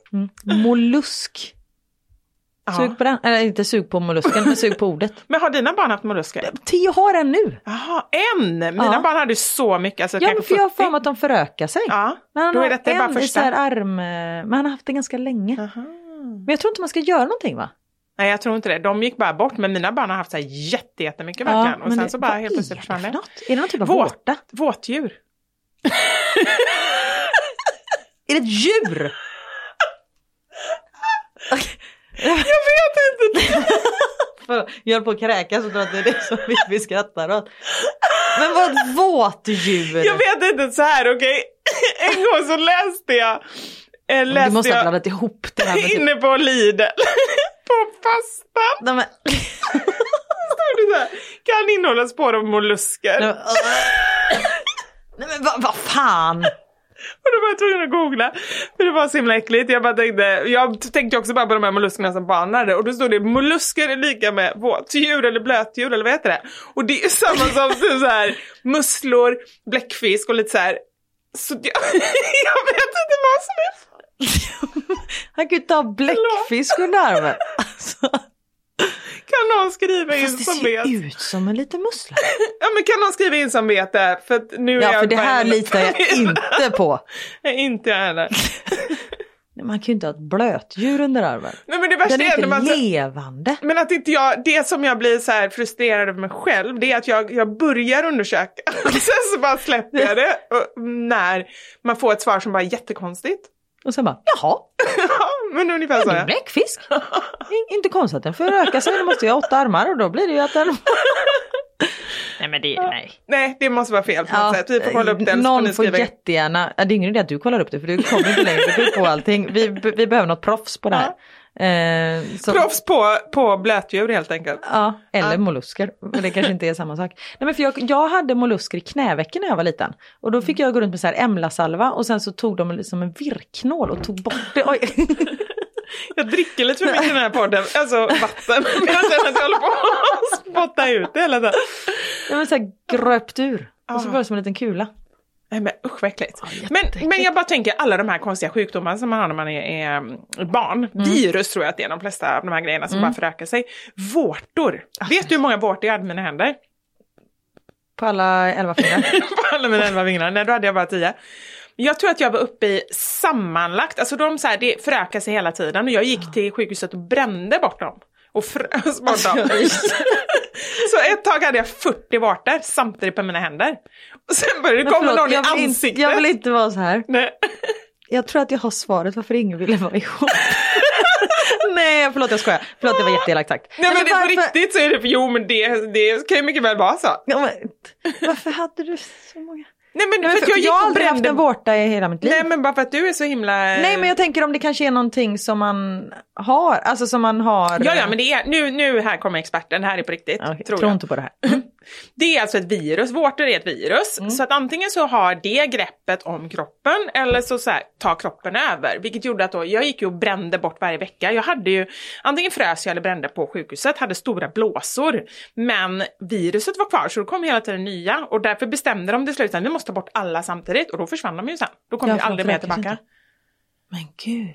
Speaker 5: Mollusk.
Speaker 3: Ja.
Speaker 5: Sug på den, eller inte sug på mollusken men sug på ordet.
Speaker 3: Men har dina barn haft mollusker?
Speaker 5: Tio har en nu.
Speaker 3: Jaha, en! Mina
Speaker 5: Ja.
Speaker 3: barn hade ju så mycket, alltså
Speaker 5: Ja men
Speaker 3: kanske
Speaker 5: för jag har
Speaker 3: 40.
Speaker 5: för mig att de förökar sig.
Speaker 3: Ja,
Speaker 5: Men han
Speaker 3: då
Speaker 5: har
Speaker 3: är detta
Speaker 5: en
Speaker 3: bara
Speaker 5: i så
Speaker 3: första.
Speaker 5: här arm, eh, men han har haft det ganska länge.
Speaker 3: Aha.
Speaker 5: Men jag tror inte man ska göra någonting va?
Speaker 3: Nej jag tror inte det, de gick bara bort men mina barn har haft så här jätte, jättemycket verkligen. och
Speaker 5: men
Speaker 3: sen
Speaker 5: det-
Speaker 3: så bara
Speaker 5: vad
Speaker 3: helt plötsligt
Speaker 5: är det
Speaker 3: försvann
Speaker 5: för
Speaker 3: det.
Speaker 5: något? Är det någon typ av
Speaker 3: Våt-
Speaker 5: vårta?
Speaker 3: Våtdjur.
Speaker 5: Är det ett djur?
Speaker 3: Jag vet inte!
Speaker 5: För jag höll på att kräkas och trodde att det är det som vi, vi skrattar åt. Men vad ett våtdjur?
Speaker 3: Jag vet inte så här, okej. En gång så läste jag, eh,
Speaker 5: Du
Speaker 3: läste
Speaker 5: måste ha
Speaker 3: jag
Speaker 5: blandat ihop det här med typ...
Speaker 3: inne på Lidl, på pastan.
Speaker 5: Nej, men...
Speaker 3: Stod det så här, kan innehålla spår av mollusker.
Speaker 5: Nej, men, Nej, men vad vad fan!
Speaker 3: Och då var jag tvungen att googla, för det var så himla äckligt. Jag, bara tänkte, jag tänkte också bara på de här molluskerna som barn hade. Och då stod det mollusker är lika med våtdjur eller blötdjur eller vad heter det? Och det är samma som typ så här, musslor, bläckfisk och lite så här. Så jag, jag vet inte vad som är
Speaker 5: Han kan ju ta bläckfisk ur nerven. Alltså,
Speaker 3: Kan någon skriva in
Speaker 5: fast det
Speaker 3: som
Speaker 5: ser
Speaker 3: vet?
Speaker 5: ut som en liten mussla.
Speaker 3: Ja men kan någon skriva in som vet det här? För att nu är
Speaker 5: Ja, för
Speaker 3: jag
Speaker 5: det här
Speaker 3: själv-
Speaker 5: litar jag inte på.
Speaker 3: Nej, inte jag heller.
Speaker 5: Nej, Man kan ju inte ha ett blötdjur under armen.
Speaker 3: Nej men det värsta
Speaker 5: Den är
Speaker 3: är när
Speaker 5: inte
Speaker 3: man... så-
Speaker 5: levande.
Speaker 3: Men att inte jag, det som jag blir så här frustrerad över mig själv, det är att jag, jag börjar undersöka och sen så bara släpper jag det. Och när man får ett svar som bara är jättekonstigt.
Speaker 5: Och sen bara, jaha,
Speaker 3: Ja, men ungefär så.
Speaker 5: det
Speaker 3: ja.
Speaker 5: är bläckfisk. In, inte konstigt att den får röka sig, den måste ju ha åtta armar och då blir det ju att den... nej men det, nej.
Speaker 3: Nej, det måste vara fel på något sätt. Vi får kolla upp det. eller så får
Speaker 5: Någon
Speaker 3: ni
Speaker 5: får
Speaker 3: skriva in.
Speaker 5: jättegärna, ja, det är ingen idé att du kollar upp det för du kommer inte längre, du är på allting. Vi, vi behöver något proffs på det här. Eh, som-
Speaker 3: Proffs på, på blötdjur helt enkelt.
Speaker 5: Ja, eller mollusker. Men det kanske inte är samma sak. Nej, men för jag, jag hade mollusker i knävecken när jag var liten. Och då fick jag gå runt med så här emlasalva och sen så tog de liksom en virknål och tog bort det. Oj.
Speaker 3: Jag dricker lite för mycket i den här podden, alltså vatten. Men jag känner att jag håller på att spotta ut det hela tiden. Ah.
Speaker 5: Jag var så här gröpt ur. Och så var det som en liten kula.
Speaker 3: Nej men usch vad äckligt. men, men jag bara tänker alla de här konstiga sjukdomarna som man har när man är, är mm, barn. Virus tror jag att det är de flesta av de här grejerna
Speaker 5: Mm.
Speaker 3: som bara förökar sig. Vårtor. Vet du hur många vårtor jag hade i mina händer?
Speaker 5: På alla elva fingrar.
Speaker 3: på alla mina elva fingrar. Nej, då hade jag bara tio. Jag tror att jag var uppe i sammanlagt, alltså de så här, det förökar sig hela tiden och jag gick till sjukhuset och brände bort dem. Och frös
Speaker 5: Alltså,
Speaker 3: bort dem. så ett tag hade jag 40 vårtor samtidigt på mina händer. Och sen började det
Speaker 5: Men
Speaker 3: komma någon
Speaker 5: förlåt,
Speaker 3: i
Speaker 5: jag, vill inte,
Speaker 3: ansiktet.
Speaker 5: jag vill inte vara så här.
Speaker 3: Nej.
Speaker 5: Jag tror att jag har svaret varför ingen ville vara ihop. Nej, förlåt jag skojar. Förlåt det var jätteelakt sagt. Alltså,
Speaker 3: Nej men det, på
Speaker 5: varför-
Speaker 3: riktigt så är det, jo men det, det kan ju mycket väl vara så.
Speaker 5: Ja, men Varför hade du så många?
Speaker 3: Nej men,
Speaker 5: Nej,
Speaker 3: för,
Speaker 5: men
Speaker 3: att jag gick
Speaker 5: har
Speaker 3: och
Speaker 5: aldrig haft
Speaker 3: brände...
Speaker 5: en vårta i hela mitt liv.
Speaker 3: Nej men bara för att du är så himla...
Speaker 5: Nej men jag tänker om det kanske är någonting som man har, alltså som man har.
Speaker 3: Ja ja men det är, nu, nu här kommer experten, det här är på riktigt.
Speaker 5: Okej,
Speaker 3: tror
Speaker 5: tror
Speaker 3: jag.
Speaker 5: inte på det här.
Speaker 3: Det är alltså ett virus, vårtor är ett virus.
Speaker 5: Mm.
Speaker 3: Så att antingen så har det greppet om kroppen eller så, så här, tar kroppen över. Vilket gjorde att då, jag gick ju och brände bort varje vecka. Jag hade ju, antingen frös jag eller brände på sjukhuset, hade stora blåsor. Men viruset var kvar så det kom hela tiden nya och därför bestämde de till slut att vi måste ta bort alla samtidigt och då försvann de ju sen. Då kom
Speaker 5: Ja,
Speaker 3: ju
Speaker 5: för
Speaker 3: aldrig
Speaker 5: de
Speaker 3: mer
Speaker 5: förökar sig
Speaker 3: tillbaka.
Speaker 5: inte. Men gud.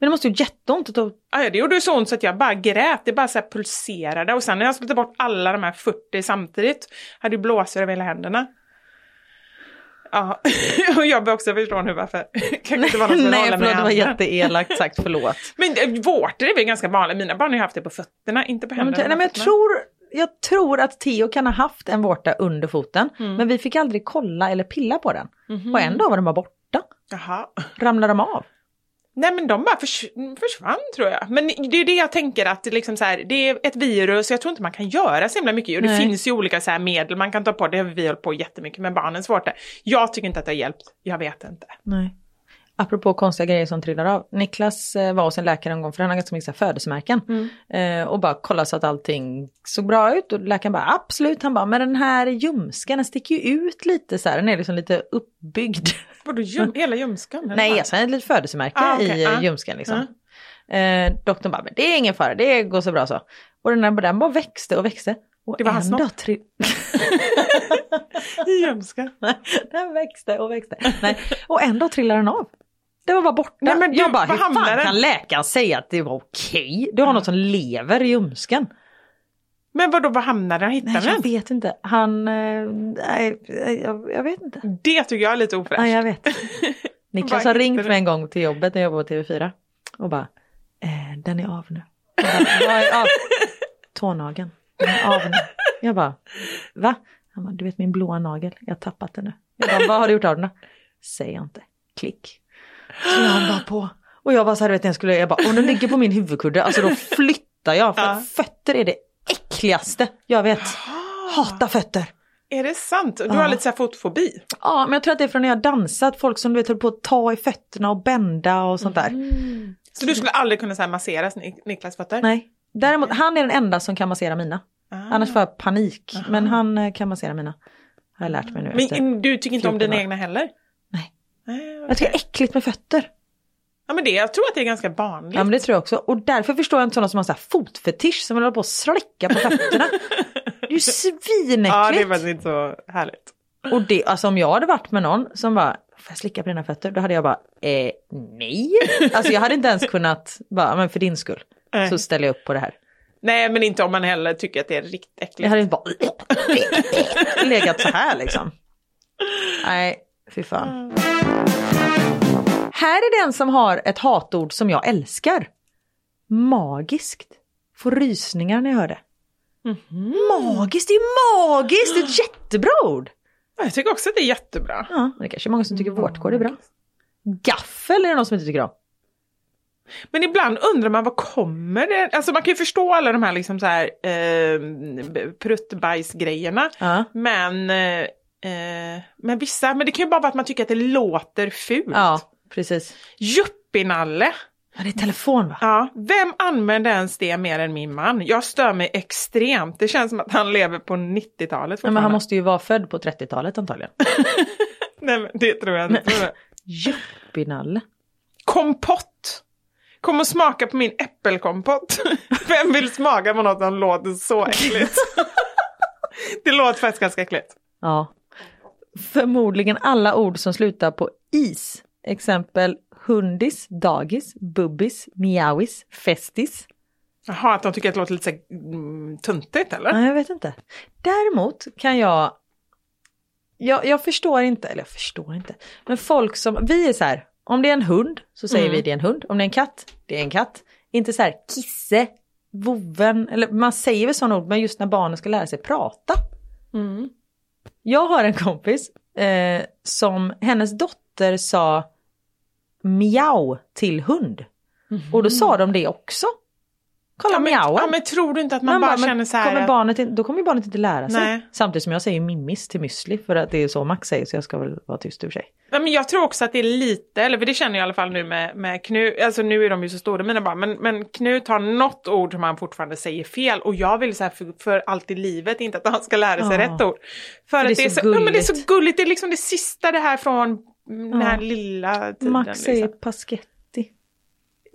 Speaker 5: Men det måste ju jätteont att ta
Speaker 3: Ah, ja, det gjorde ju så ont så att jag bara grät, det bara så här pulserade och sen när jag skulle ta bort alla de här 40 samtidigt hade ju blåsor över hela händerna. Ja, och jag började också förstå nu varför. Kan inte vara någon som vill
Speaker 5: Nej
Speaker 3: hålla
Speaker 5: förlåt det
Speaker 3: mina
Speaker 5: var
Speaker 3: händer.
Speaker 5: jätteelakt sagt, förlåt.
Speaker 3: Men eh, vårtor är väl ganska vanligt, mina barn har ju haft det på fötterna, inte på
Speaker 5: Nej, men,
Speaker 3: händerna.
Speaker 5: nej, men jag,
Speaker 3: fötterna.
Speaker 5: tror, jag tror att Theo kan ha haft en vårta under foten.
Speaker 3: Mm.
Speaker 5: Men vi fick aldrig kolla eller pilla på den.
Speaker 3: Mhm.
Speaker 5: Och en dag var den bara borta.
Speaker 3: Jaha.
Speaker 5: Ramlade de av?
Speaker 3: Nej men de bara förs försvann tror jag. Men det är det jag tänker att det, liksom så här, det är ett virus, jag tror inte man kan göra så himla mycket. Och det
Speaker 5: Nej.
Speaker 3: finns ju olika så här medel man kan ta på, det har vi hållit på jättemycket med barnens vårtor. Jag tycker inte att det har hjälpt, jag vet inte.
Speaker 5: Nej. Apropå konstiga grejer som trillar av. Niklas eh, var hos en läkare en gång för han har ganska mycket så här födelsemärken.
Speaker 3: Mm.
Speaker 5: Eh, och bara kollade så att allting såg bra ut och läkaren bara absolut. Han bara men den här ljumsken den sticker ju ut lite så här. Den är liksom lite uppbyggd.
Speaker 3: Vadå, ljum, hela ljumsken? eller
Speaker 5: Nej
Speaker 3: vad?
Speaker 5: alltså ett litet födelsemärke
Speaker 3: Mm. Ah, okej,
Speaker 5: i
Speaker 3: ah. Mm.
Speaker 5: ah. ljumsken liksom. Eh, doktorn bara men det är ingen fara det går så bra så. Och den, där, den bara växte och växte. Och
Speaker 3: Det var
Speaker 5: en
Speaker 3: hans
Speaker 5: dag
Speaker 3: snopp.
Speaker 5: trill-
Speaker 3: I ljumsken?
Speaker 5: den växte och växte. Nej. Och en dag trillade den av. Det var bara borta.
Speaker 3: Nej, men du,
Speaker 5: jag bara,
Speaker 3: vad
Speaker 5: hur fan
Speaker 3: hamnade den?"
Speaker 5: kan läkaren säga att det var okej? Du har något som lever i ljumsken.
Speaker 3: Men vadå, var hamnade den?
Speaker 5: Nej,
Speaker 3: Hittade
Speaker 5: jag
Speaker 3: den?
Speaker 5: vet inte. Han, eh, nej, jag, jag vet inte.
Speaker 3: Det tycker jag är lite ofräscht.
Speaker 5: Nej, jag vet. Niklas
Speaker 3: Vad
Speaker 5: har
Speaker 3: heter
Speaker 5: ringt
Speaker 3: det?
Speaker 5: mig en gång till jobbet när jag jobbade på TV4 och bara, eh, den är av nu. Jag bara, Vad är av? Tånageln, den är av nu. Jag bara, va? Han bara, du vet min blåa nagel, jag har tappat den nu. Jag bara, vad har du gjort av den då? Säger jag inte. Klick. Så jag bara på. Och jag var så här, du vet när jag skulle, jag bara, om den ligger på min huvudkudde, alltså då flyttar jag. För
Speaker 3: Ja.
Speaker 5: att fötter är det äckligaste jag vet. Hata fötter.
Speaker 3: Är det sant? Du
Speaker 5: Ja.
Speaker 3: har lite så här fotfobi.
Speaker 5: Ja, men jag tror att det är från när jag dansat, folk som du vet höll på att ta i fötterna och bända och sånt där.
Speaker 3: Så du skulle aldrig kunna så här massera Nik- Niklas fötter?
Speaker 5: Mm. Nej, däremot han är den enda som kan massera mina.
Speaker 3: Ah.
Speaker 5: Annars får jag panik, men han eh, kan massera mina. Har jag lärt mig nu efter.
Speaker 3: Men du tycker inte om
Speaker 5: 14
Speaker 3: dina
Speaker 5: år.
Speaker 3: egna heller?
Speaker 5: Nej.
Speaker 3: Nej,
Speaker 5: Jag tycker det är äckligt med fötter.
Speaker 3: Ja men det, jag tror att det är ganska vanligt.
Speaker 5: Ja men det tror jag också. Och därför förstår jag inte sådana som har så här fotfetisch som vill hålla på och släcka på fötterna. Det är ju svinäckligt.
Speaker 3: Ja, det är faktiskt inte så härligt.
Speaker 5: Och det, alltså om jag hade varit med någon som bara, får jag slicka på dina fötter? Då hade jag bara, eh, nej. Alltså jag hade inte ens kunnat, bara, men för din skull
Speaker 3: Nej.
Speaker 5: så ställer jag upp på det här.
Speaker 3: Nej, men inte om man heller tycker att det är riktigt äckligt.
Speaker 5: Jag hade inte bara legat så här liksom. Nej, fy fan. Här är den som har ett hatord som jag älskar. Magiskt. Får rysningar när jag hör det.
Speaker 3: Mhm.
Speaker 5: Magiskt, det är magiskt! Det är ett jättebra ord.
Speaker 3: Ja, Jag tycker också att det är jättebra.
Speaker 5: Ja, men det kanske är många som tycker vårtkål är bra. Gaffel är det någon som inte tycker om.
Speaker 3: Men ibland undrar man vad kommer det... Alltså man kan ju förstå alla de här, liksom så här eh, b- pruttbajsgrejerna.
Speaker 5: Ja.
Speaker 3: Men, eh, eh, men vissa, men det kan ju bara vara att man tycker att det låter fult.
Speaker 5: Ja, precis.
Speaker 3: Yuppienalle.
Speaker 5: Ja, det är telefon va?
Speaker 3: Ja, vem använder ens det mer än min man? Jag stör mig extremt. Det känns som att han lever på 90-talet
Speaker 5: Nej, men han
Speaker 3: fortfarande.
Speaker 5: måste ju vara född på 30-talet antagligen.
Speaker 3: Nej, men det tror jag inte.
Speaker 5: Juppinalle.
Speaker 3: Kompott! Kom och smaka på min äppelkompott. Vem vill smaka på något som låter så äckligt? det låter faktiskt ganska äckligt.
Speaker 5: Ja. Förmodligen alla ord som slutar på is. Exempel hundis, dagis, bubbis, miauis, festis.
Speaker 3: Jaha, att de tycker att det låter lite så här, mm, tuntigt eller?
Speaker 5: Nej, jag vet inte. Däremot kan jag... Jag, jag förstår inte, eller jag förstår inte. Men folk som, vi är så här, om det är en hund så säger
Speaker 3: Mm.
Speaker 5: vi det är en hund. Om det är en katt, det är en katt. Inte så här kisse, voven, eller man säger väl sådana ord, men just när barnen ska lära sig prata.
Speaker 3: Mm.
Speaker 5: Jag har en kompis eh, som hennes dotter sa miau till hund. Och då sa de det också. Kolla
Speaker 3: Mm. Ja, men,
Speaker 5: miauen.
Speaker 3: ja, men tror du inte att man, bara,
Speaker 5: men
Speaker 3: känner så här?
Speaker 5: Kommer
Speaker 3: att-
Speaker 5: barnet in, då kommer ju barnet inte lära sig.
Speaker 3: Nej.
Speaker 5: Samtidigt som jag säger mimmis till müsli för att det är så Max säger så jag ska väl vara tyst ur sig.
Speaker 3: Ja, men jag tror också att det är lite, eller för det känner jag i alla fall nu med, med Knut, alltså nu är de ju så stora mina barn, men, men Knut har något ord som han fortfarande säger fel och jag vill så här för, för allt i livet inte att han ska lära sig
Speaker 5: Ja.
Speaker 3: rätt ord. För, att det är, så, ja, men det är så gulligt, det är liksom det sista det här från mm, den här
Speaker 5: Ja.
Speaker 3: lilla tiden.
Speaker 5: Max säger
Speaker 3: liksom.
Speaker 5: paschetti.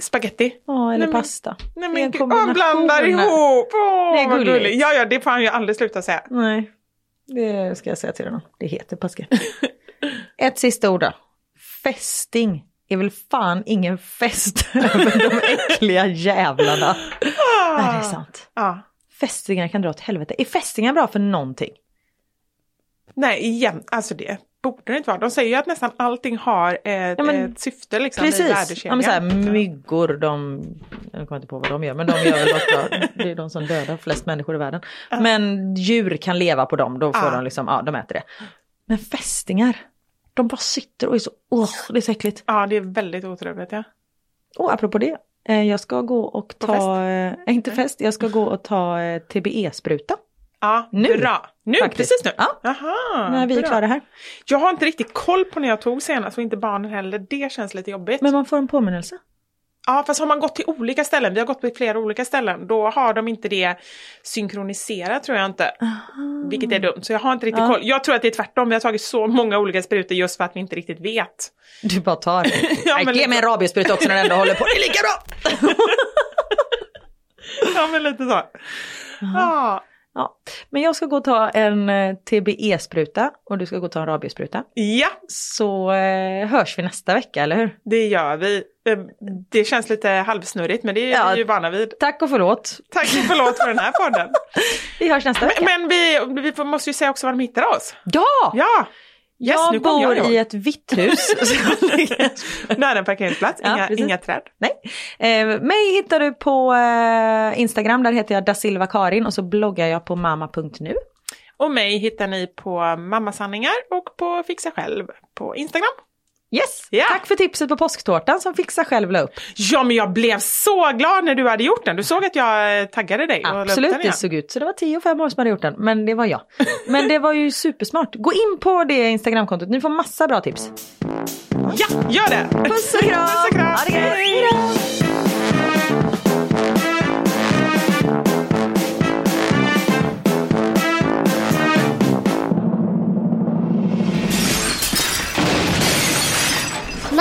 Speaker 3: Spaghetti.
Speaker 5: Ja, eller
Speaker 3: Nej, men-
Speaker 5: pasta.
Speaker 3: Nej
Speaker 5: Det är
Speaker 3: men
Speaker 5: en
Speaker 3: gud, han blandar
Speaker 5: kombination.
Speaker 3: ihop! Åh,
Speaker 5: Det är
Speaker 3: vad
Speaker 5: gulligt.
Speaker 3: gulligt. Ja, ja, det får han ju aldrig sluta säga.
Speaker 5: Nej, det ska jag säga till honom. Det heter paschetti. Ett sista ord då. Fästing är väl fan ingen fest över de äckliga jävlarna. Nej, det är sant.
Speaker 3: Ja.
Speaker 5: Fästingar kan dra åt helvete. Är fästingar bra för någonting?
Speaker 3: Nej, igen, alltså det borde det inte vara. De säger ju att nästan allting har ett,
Speaker 5: Ja, men-
Speaker 3: ett syfte liksom, i
Speaker 5: Precis, ja,
Speaker 3: värdekedjan.
Speaker 5: men så här, myggor de, jag kommer inte på vad de gör, men de gör väl något bra. Det är de som dödar flest människor i världen. Men djur kan leva på dem, då får
Speaker 3: Ja.
Speaker 5: de liksom, ja de äter det. Men fästingar, de bara sitter och är så, åh det är så äckligt.
Speaker 3: Ja, det är väldigt otrevligt. Ja.
Speaker 5: Och apropå det, eh, jag ska gå och
Speaker 3: På
Speaker 5: ta,
Speaker 3: fest?
Speaker 5: eh, inte fest, jag ska gå och ta eh, TBE-spruta.
Speaker 3: Ja,
Speaker 5: Nu,
Speaker 3: bra. Nu,
Speaker 5: faktiskt.
Speaker 3: precis nu.
Speaker 5: Ja.
Speaker 3: Aha,
Speaker 5: när vi är
Speaker 3: bra.
Speaker 5: klara här.
Speaker 3: Jag har inte riktigt koll på när jag tog senast och inte barnen heller. Det känns lite jobbigt.
Speaker 5: Men man får en påminnelse.
Speaker 3: Ja, fast har man gått till olika ställen, vi har gått på flera olika ställen, då har de inte det synkroniserat tror jag inte. Vilket är dumt, så jag har inte riktigt
Speaker 5: Ja.
Speaker 3: koll. Jag tror att det är tvärtom, vi har tagit så många olika sprutor just för att vi inte riktigt vet.
Speaker 5: Du bara tar.
Speaker 3: Ja,
Speaker 5: Nej,
Speaker 3: men
Speaker 5: ge
Speaker 3: lite-
Speaker 5: mig en rabiesspruta också när den ändå håller på, det är lika bra!
Speaker 3: Ja, men lite så. Ja,
Speaker 5: Ja, men jag ska gå och ta en eh, TBE-spruta och du ska gå och ta en rabiesspruta.
Speaker 3: ja
Speaker 5: Så eh, hörs vi nästa vecka, eller hur?
Speaker 3: det gör vi. Eh, Det känns lite halvsnurrigt, men det är
Speaker 5: Ja.
Speaker 3: vi ju vana vid.
Speaker 5: Tack och förlåt.
Speaker 3: Tack och förlåt för den här podden.
Speaker 5: Vi hörs nästa vecka.
Speaker 3: Men vi, vi får- måste ju säga också var de hittar oss.
Speaker 5: ja!
Speaker 3: Ja! Yes,
Speaker 5: jag
Speaker 3: nu kom
Speaker 5: bor
Speaker 3: jag
Speaker 5: i
Speaker 3: ihåg.
Speaker 5: ett vitt hus.
Speaker 3: Nära en parkeringsplats,
Speaker 5: Ja,
Speaker 3: inga,
Speaker 5: precis.
Speaker 3: inga träd.
Speaker 5: Nej. Eh, mig hittar du på eh, Instagram, där heter jag da Silva Karin och så bloggar jag på mamma.nu.
Speaker 3: Och mig hittar ni på Mammasanningar och på Fixa Själv på Instagram.
Speaker 5: Yes!
Speaker 3: Ja.
Speaker 5: Tack för tipset på påsktårtan som Fixa själv la upp.
Speaker 3: Ja, men jag blev så glad när du hade gjort den. Du såg att jag eh, taggade dig. och la upp
Speaker 5: Absolut,
Speaker 3: den
Speaker 5: det
Speaker 3: igen.
Speaker 5: såg ut så. Det var 10 och 5 år som hade gjort den, men det var jag. Men det var ju supersmart. Gå in på det Instagramkontot, ni får massa bra tips.
Speaker 3: Ja, gör det!
Speaker 5: Puss och kram!
Speaker 3: Puss och kram!
Speaker 5: Ha det gött!
Speaker 3: Hej!
Speaker 5: Hej då!